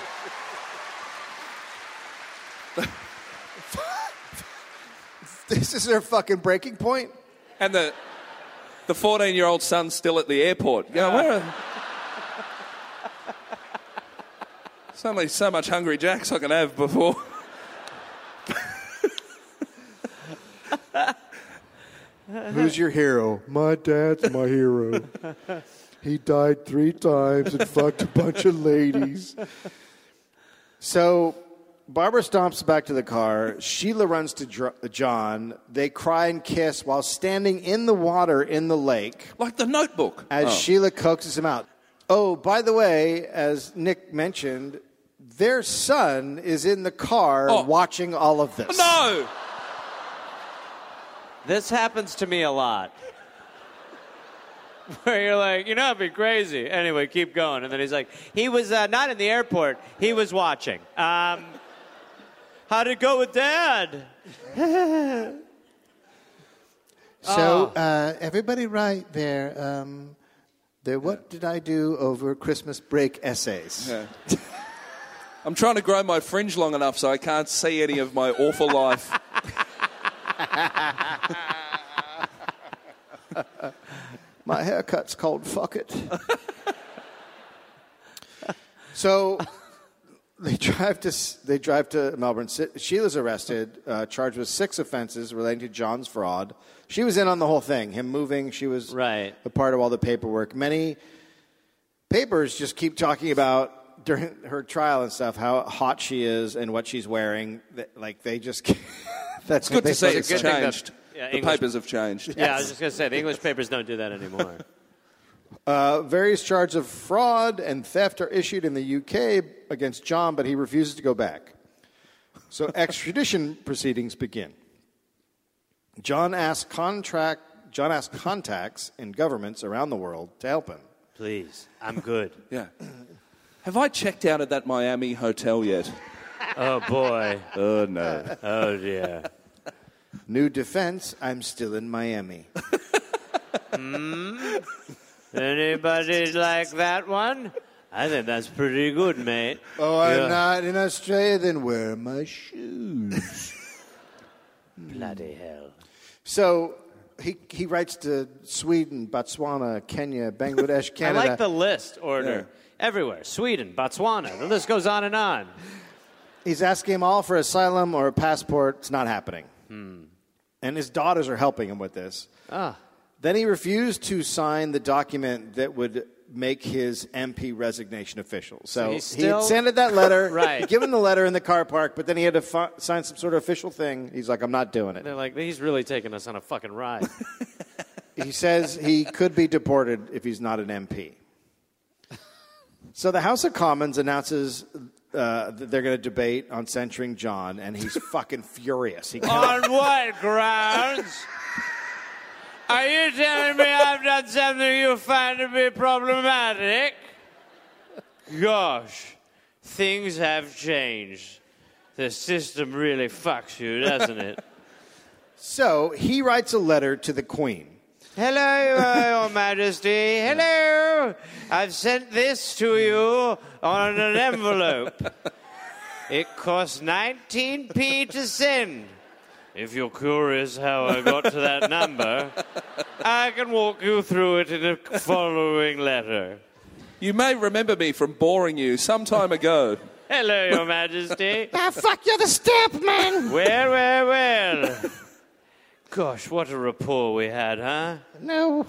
this is their fucking breaking point. And the the 14 year old son's still at the airport. You know, Ah. where are- Suddenly, so much Hungry Jack's I can have before. Uh-huh. Who's your hero? My dad's my hero. <laughs> he died three times and fucked a bunch of ladies. So Barbara stomps back to the car. Sheila runs to Dr- John. They cry and kiss while standing in the water in the lake Like the notebook. as Sheila coaxes him out. Oh, by the way, as Nick mentioned, their son is in the car Oh. watching all of this. No! This happens to me a lot. <laughs> Where you're like, you know, it'd be crazy. Anyway, keep going. And then he's like, he was uh, not in the airport, he was watching. Um, how'd it go with dad? So uh, everybody, right there. Um, The what did I do over Christmas break essays? I'm trying to grow my fringe long enough so I can't see any of my awful life. My haircut's called fuck it. <laughs> so they drive to they drive to Melbourne. Si- Sheila's arrested, uh, charged with six offenses relating to John's fraud. She was in on the whole thing. Him moving, she was Right. a part of all the paperwork. Many papers just keep talking about during her trial and stuff how hot she is and what she's wearing. That- Like they just <laughs> that's It's good to see a it's good thing that- changed. yeah, the English- papers have changed. Yeah, I was just going to say, the English papers don't do that anymore. Uh, various charges of fraud and theft are issued in the UK against John, but he refuses to go back. So <laughs> extradition proceedings begin. John asks contract. John asks contacts in governments around the world to help him. <laughs> Please, I'm good. Yeah. Have I checked out of that Miami hotel yet? Oh, boy. Oh, no. Oh, dear. New defense: I'm still in Miami. Anybody like that one? I think that's pretty good, mate. <laughs> Oh, I'm Yeah. not in Australia. Then where are my shoes? Bloody hell. so he he writes to Sweden, Botswana, Kenya, <laughs> Bangladesh, Canada. I like the list order. Everywhere. Sweden, Botswana. The list goes on and on. He's asking them all for asylum or a passport. It's not happening. And his daughters are helping him with this. Hmm. Ah. Then he refused to sign the document that would make his MP resignation official. So, he's he had still- sent that letter, <laughs> Right. he'd given the letter in the car park, but then he had to fi- sign some sort of official thing. He's like, I'm not doing it. They're like, he's really taking us on a fucking ride. He says he could be deported if he's not an MP. So the House of Commons announces uh, that they're going to debate on censuring John, and <laughs> he's fucking furious. He can't- <laughs> on what grounds? Are you telling me I've done something you find to be problematic? Gosh, things have changed. The system really fucks you, doesn't it? So he writes a letter to the Queen. Hello, uh, <laughs> Your Majesty. Hello. I've sent this to you on an envelope. It costs 19p to send. If you're curious how I got to that number, I can walk you through it in the following letter. You may remember me from boring you some time <laughs> ago. Hello, Your Majesty. Ah, fuck, you're the stamp man! Well, well, well. Gosh, what a rapport we had, huh? No.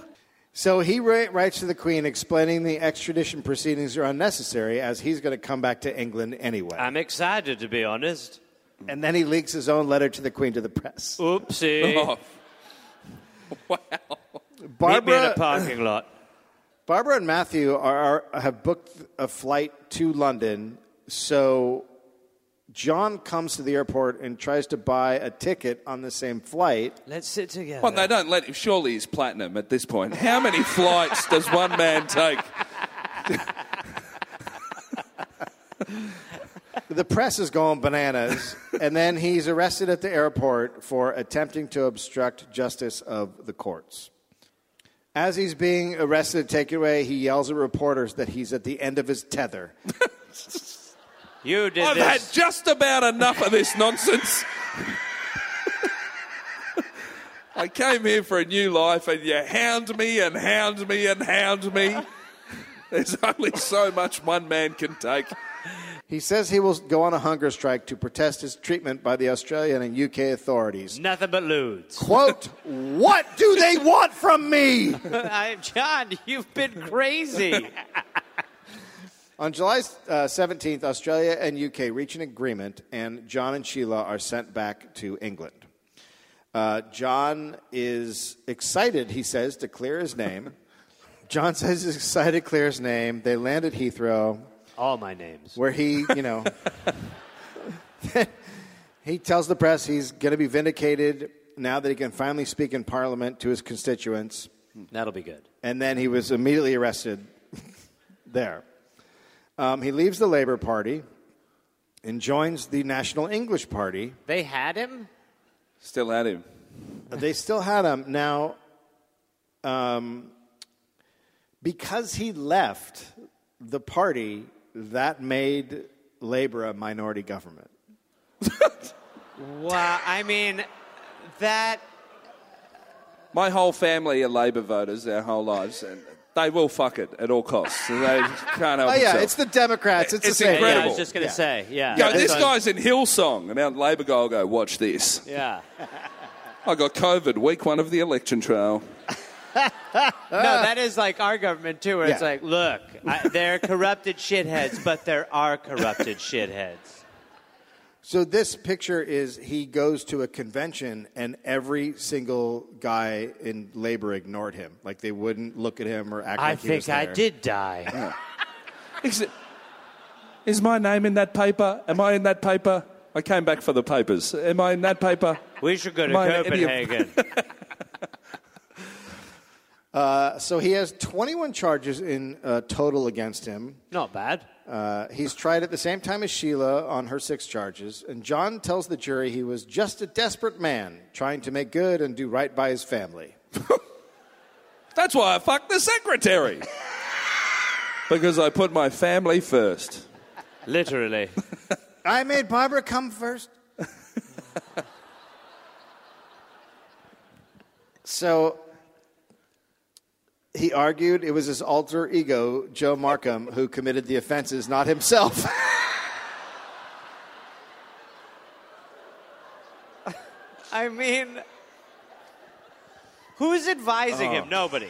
So he ri- writes to the Queen explaining the extradition proceedings are unnecessary as he's going to come back to England anyway. I'm excited, to be honest. and then he leaks his own letter to the Queen to the press. Oopsie. Oh. Wow. Meet me in a Barbara, parking lot. Barbara and Matthew are, are, have booked a flight to London, so John comes to the airport and tries to buy a ticket on the same flight. Let's sit together. Well, they don't let him. Surely he's platinum at this point. How <laughs> many flights does one man take? The press is going bananas, and then he's arrested at the airport for attempting to obstruct justice of the courts. As he's being arrested and taken away, he yells at reporters that he's at the end of his tether. You did I've had this. just about enough of this nonsense. <laughs> I came here for a new life, and you hound me and hound me and hound me. There's only so much one man can take. He says he will go on a hunger strike to protest his treatment by the Australian and UK authorities. Nothing but lewds. Quote, What do they want from me? I, John, you've been crazy. On July uh, 17th, Australia and UK reach an agreement, and John and Sheila are sent back to England. Uh, John is excited, he says, to clear his name. John says he's excited to clear his name. They land at Heathrow, <laughs> All my names. where he, you know, <laughs> he tells the press he's going to be vindicated now that he can finally speak in Parliament to his constituents That'll be good. and then he was immediately arrested <laughs> there. Um, he leaves the Labour Party and joins the National English Party. They had him? Still at him. They still had him. Now, um, because he left the party, that made Labour a minority government. Wow. I mean, that. My whole family are Labour voters their whole lives, and they will fuck it at all costs. And they can't help Oh, yeah, themselves. it's the Democrats. It's, It's the same. Yeah, yeah, I Incredible. was just going to Yeah. say. Yeah. Yo, that's this on- guy's in Hillsong, and our Labour guy will go, watch this. Yeah. I got COVID week one of the election trail. No, that is like our government too, where it's Yeah. like, look, I, they're corrupted shitheads, but there are corrupted shitheads. So this picture is he goes to a convention and every single guy in labor ignored him. Like they wouldn't look at him or act I like he was think I there. did die. Is, it- is my name in that paper? Am I in that paper? I came back for the papers. Am I in that paper? We should go to Mine, idiot. Copenhagen. So he has 21 charges in uh, total against him. <laughs> Not bad. Uh, he's tried at the same time as Sheila on her six charges, and John tells the jury he was just a desperate man trying to make good and do right by his family. That's why I fucked the secretary. because I put my family first. Literally. I made Barbara come first. <laughs> so he argued it was his alter ego, Joe Markham, who committed the offenses, not himself. <laughs> I mean, who's advising him? Nobody.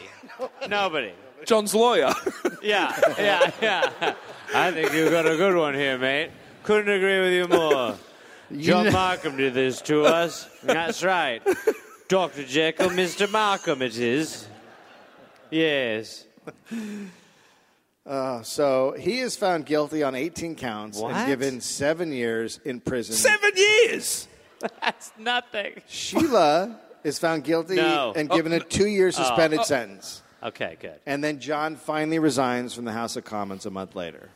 Nobody. John's lawyer. <laughs> Yeah, yeah, yeah. I think you got a good one here, mate. Couldn't agree with you more. <laughs> John Markham did this to us. That's right. Dr. Jekyll, Mr. Markham, it is. Yes. so he is found guilty on 18 counts What? and given seven years in prison. <laughs> Seven years. That's nothing. Sheila is found guilty No. and given a two year suspended sentence. Okay, good. And then John finally resigns from the House of Commons a month later.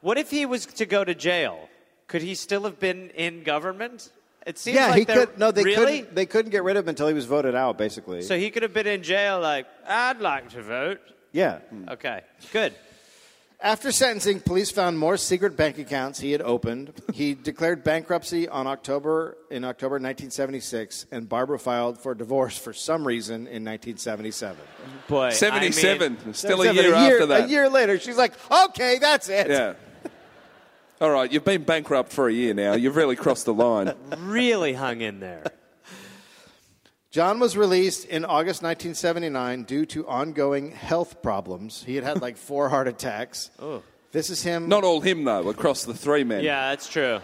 What if he was to go to jail? Could he still have been in government? It seems Yeah, like he they're- could. No, they really? couldn't. They couldn't get rid of him until he was voted out, basically. So he could have been in jail, like, I'd like to vote. yeah. Okay, good. After sentencing, police found more secret bank accounts he had opened. he <laughs> declared bankruptcy on October in October 1976, and Barbara filed for divorce for some reason in 1977. Boy, I mean- 77. Still a 77, year, after that. A year later, she's like, "Okay, that's it." Yeah. <laughs> All right, you've been bankrupt for a year now. You've really crossed the line. really hung in there. John was released in August 1979 due to ongoing health problems. He had had like four heart attacks. Oh. This is him. Not all him, though, across the three men. Yeah, that's true.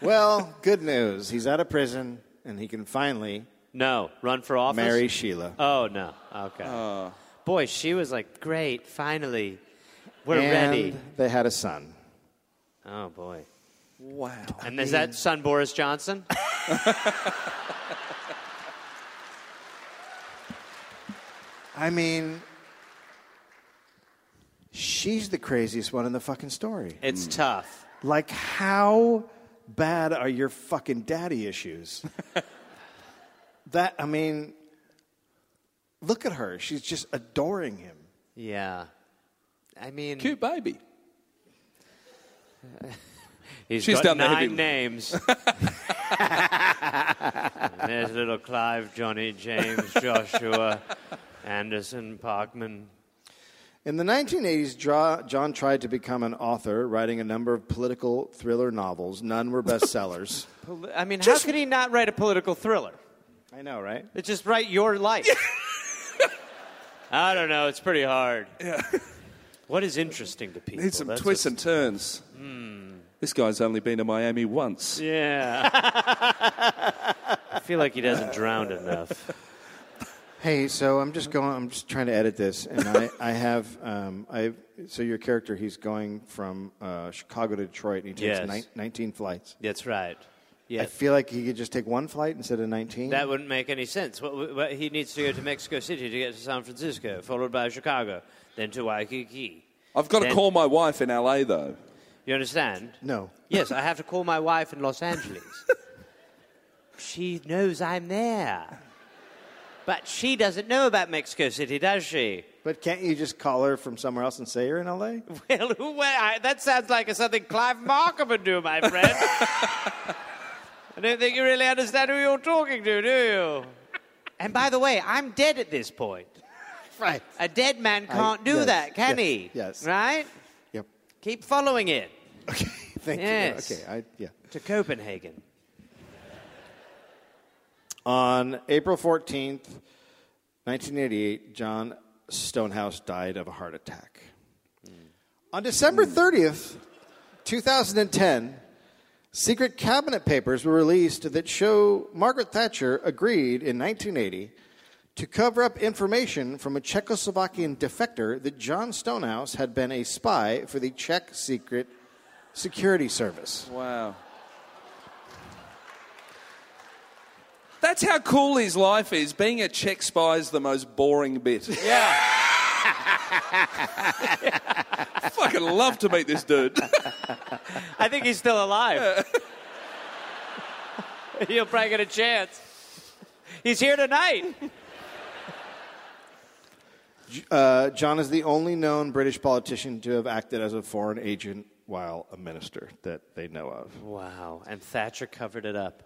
Well, good news. He's out of prison and he can finally No, run for office. marry Sheila. Oh no. Okay. Boy, she was like, great. Finally, we're and ready. They had a son. Oh boy. Wow. And is that son Boris Johnson? I mean, she's the craziest one in the fucking story. It's tough. Like, how bad are your fucking daddy <laughs> issues? that, I mean, look at her. She's just adoring him. Yeah. I mean, Cute baby. he's She's got done the heavy nine lifting. <laughs> names. There's little Clive, Johnny, James, Joshua, Anderson, Parkman. In the 1980s, Dra- John tried to become an author, writing a number of political thriller novels. None were <laughs> bestsellers. Poli- I mean, how could he not write a political thriller? I know, right? It's just write your life. <laughs> I don't know. It's pretty hard. What is interesting to people? Need some That's twists a- and turns. This guy's only been to Miami once. Yeah. <laughs> I feel like he doesn't drown enough. Hey, so I'm just going. I'm just trying to edit this, and I, I have. Um, I so your character, he's going from uh, Chicago to Detroit, and he takes Yes. nine- 19 flights. That's right. I Yeah. feel like he could just take one flight instead of 19. That wouldn't make any sense. What, what, he needs to go to Mexico City to get to San Francisco, followed by Chicago, then to Waikiki. I've got to Then- call my wife in LA, though. You understand? no. Yes, I have to call my wife in Los Angeles. she knows I'm there. But she doesn't know about Mexico City, does she? <laughs> But can't you just call her from somewhere else and say you're in LA? Well, who, well I, that sounds like something Clive Markham would do, my friend. I don't think you really understand who you're talking to, do you? And by the way, I'm dead at this point. Right. A dead man can't do Oh. yes, that, can yes, he? yes. Right? Yep. <laughs> Keep following it Okay. Thank Yes. you. Okay. I, yeah. to Copenhagen. On April 14th, 1988, John Stonehouse died of a heart attack. On December 30th, 2010, secret cabinet papers were released that show Margaret Thatcher agreed in 1980 to cover up information from a Czechoslovakian defector that John Stonehouse had been a spy for the Czech Secret Security Service. Wow. That's how cool his life is. Being a Czech spy is the most boring bit. Yeah. <laughs> Fucking love to meet this dude. I think he's still alive. He'll probably get a chance. He's here tonight. Uh, John is the only known British politician to have acted as a foreign agent while a minister that they know of. Wow. And Thatcher covered it up.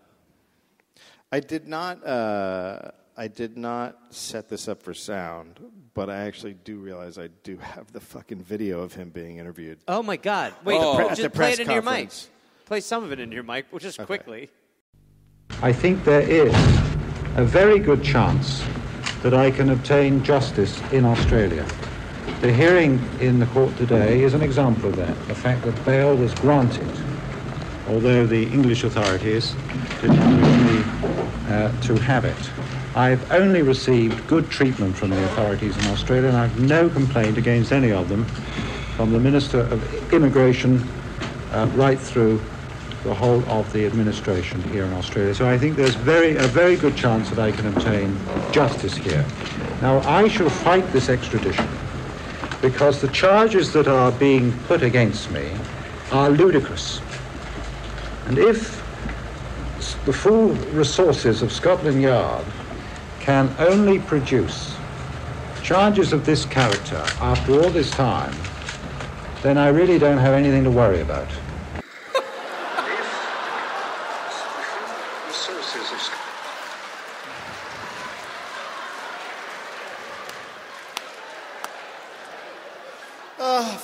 I did not. Uh, I did not set this up for sound, but I actually do realize I do have the fucking video of him being interviewed. Oh my God! Wait, Oh. pre- At the just play press it into your mic. conference. Play some of it into your mic, well, just quickly. I think there is a very good chance that I can obtain justice in Australia. The hearing in the court today is an example of that, the fact that bail was granted, although the English authorities did not wish me uh, to have it. I've only received good treatment from the authorities in Australia, and I've no complaint against any of them, from the Minister of Immigration uh, right through the whole of the administration here in Australia. So I think there's very a very good chance that I can obtain justice here. Now I shall fight this extradition because the charges that are being put against me are ludicrous. And if s- the full resources of Scotland Yard can only produce charges of this character after all this time, then I really don't have anything to worry about.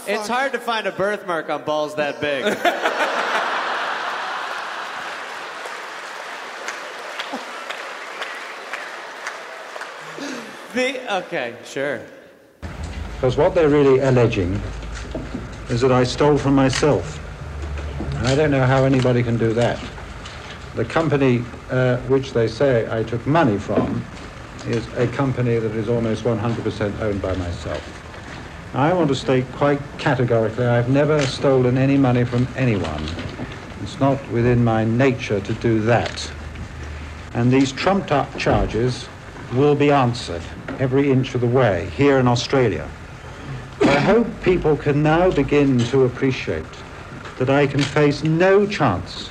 It's hard to find a birthmark on balls that big. <laughs> the okay, sure. Because what they're really alleging is that I stole from myself. And I don't know how anybody can do that. The company uh, which they say I took money from is a company that is almost 100% owned by myself. I want to state quite categorically I've never stolen any money from anyone. It's not within my nature to do that. And these trumped up charges will be answered every inch of the way here in Australia. I hope people can now begin to appreciate that I can face no chance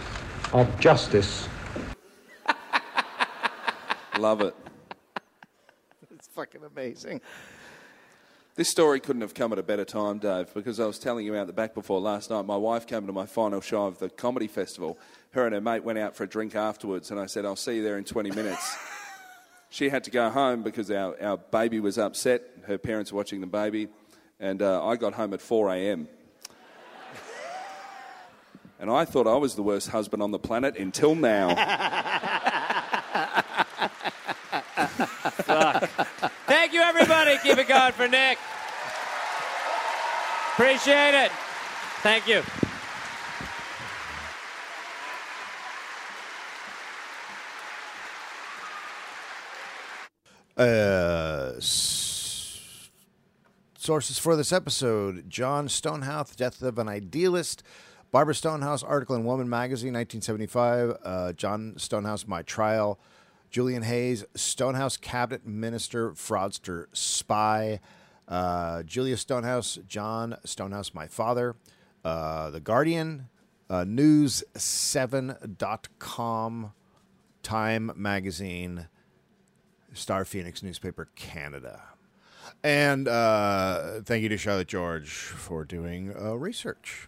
of justice love it. It's fucking amazing. This story couldn't have come at a better time, Dave, because I was telling you out the back before last night. My wife came to my final show of the comedy festival. Her and her mate went out for a drink afterwards, and I said, I'll see you there in <laughs> 20 minutes. she had to go home because our, our baby was upset. Her parents were watching the baby, and uh, I got home at 4 <laughs> a.m. and I thought I was the worst husband on the planet until now. Thank you, everybody. Keep it going for Nick. Appreciate it. Thank you. Uh, s- sources for this episode John Stonehouse, Death of an Idealist. Barbara Stonehouse, article in Woman Magazine, 1975. Uh, John Stonehouse, My Trial. Julian Hayes, Stonehouse Cabinet Minister, Fraudster, Spy. Uh, Julia Stonehouse, John Stonehouse, My Father. Uh, the Guardian, uh, News7.com, Time Magazine. Star Phoenix Newspaper Canada. And uh, thank you to Charlotte George for doing uh, research.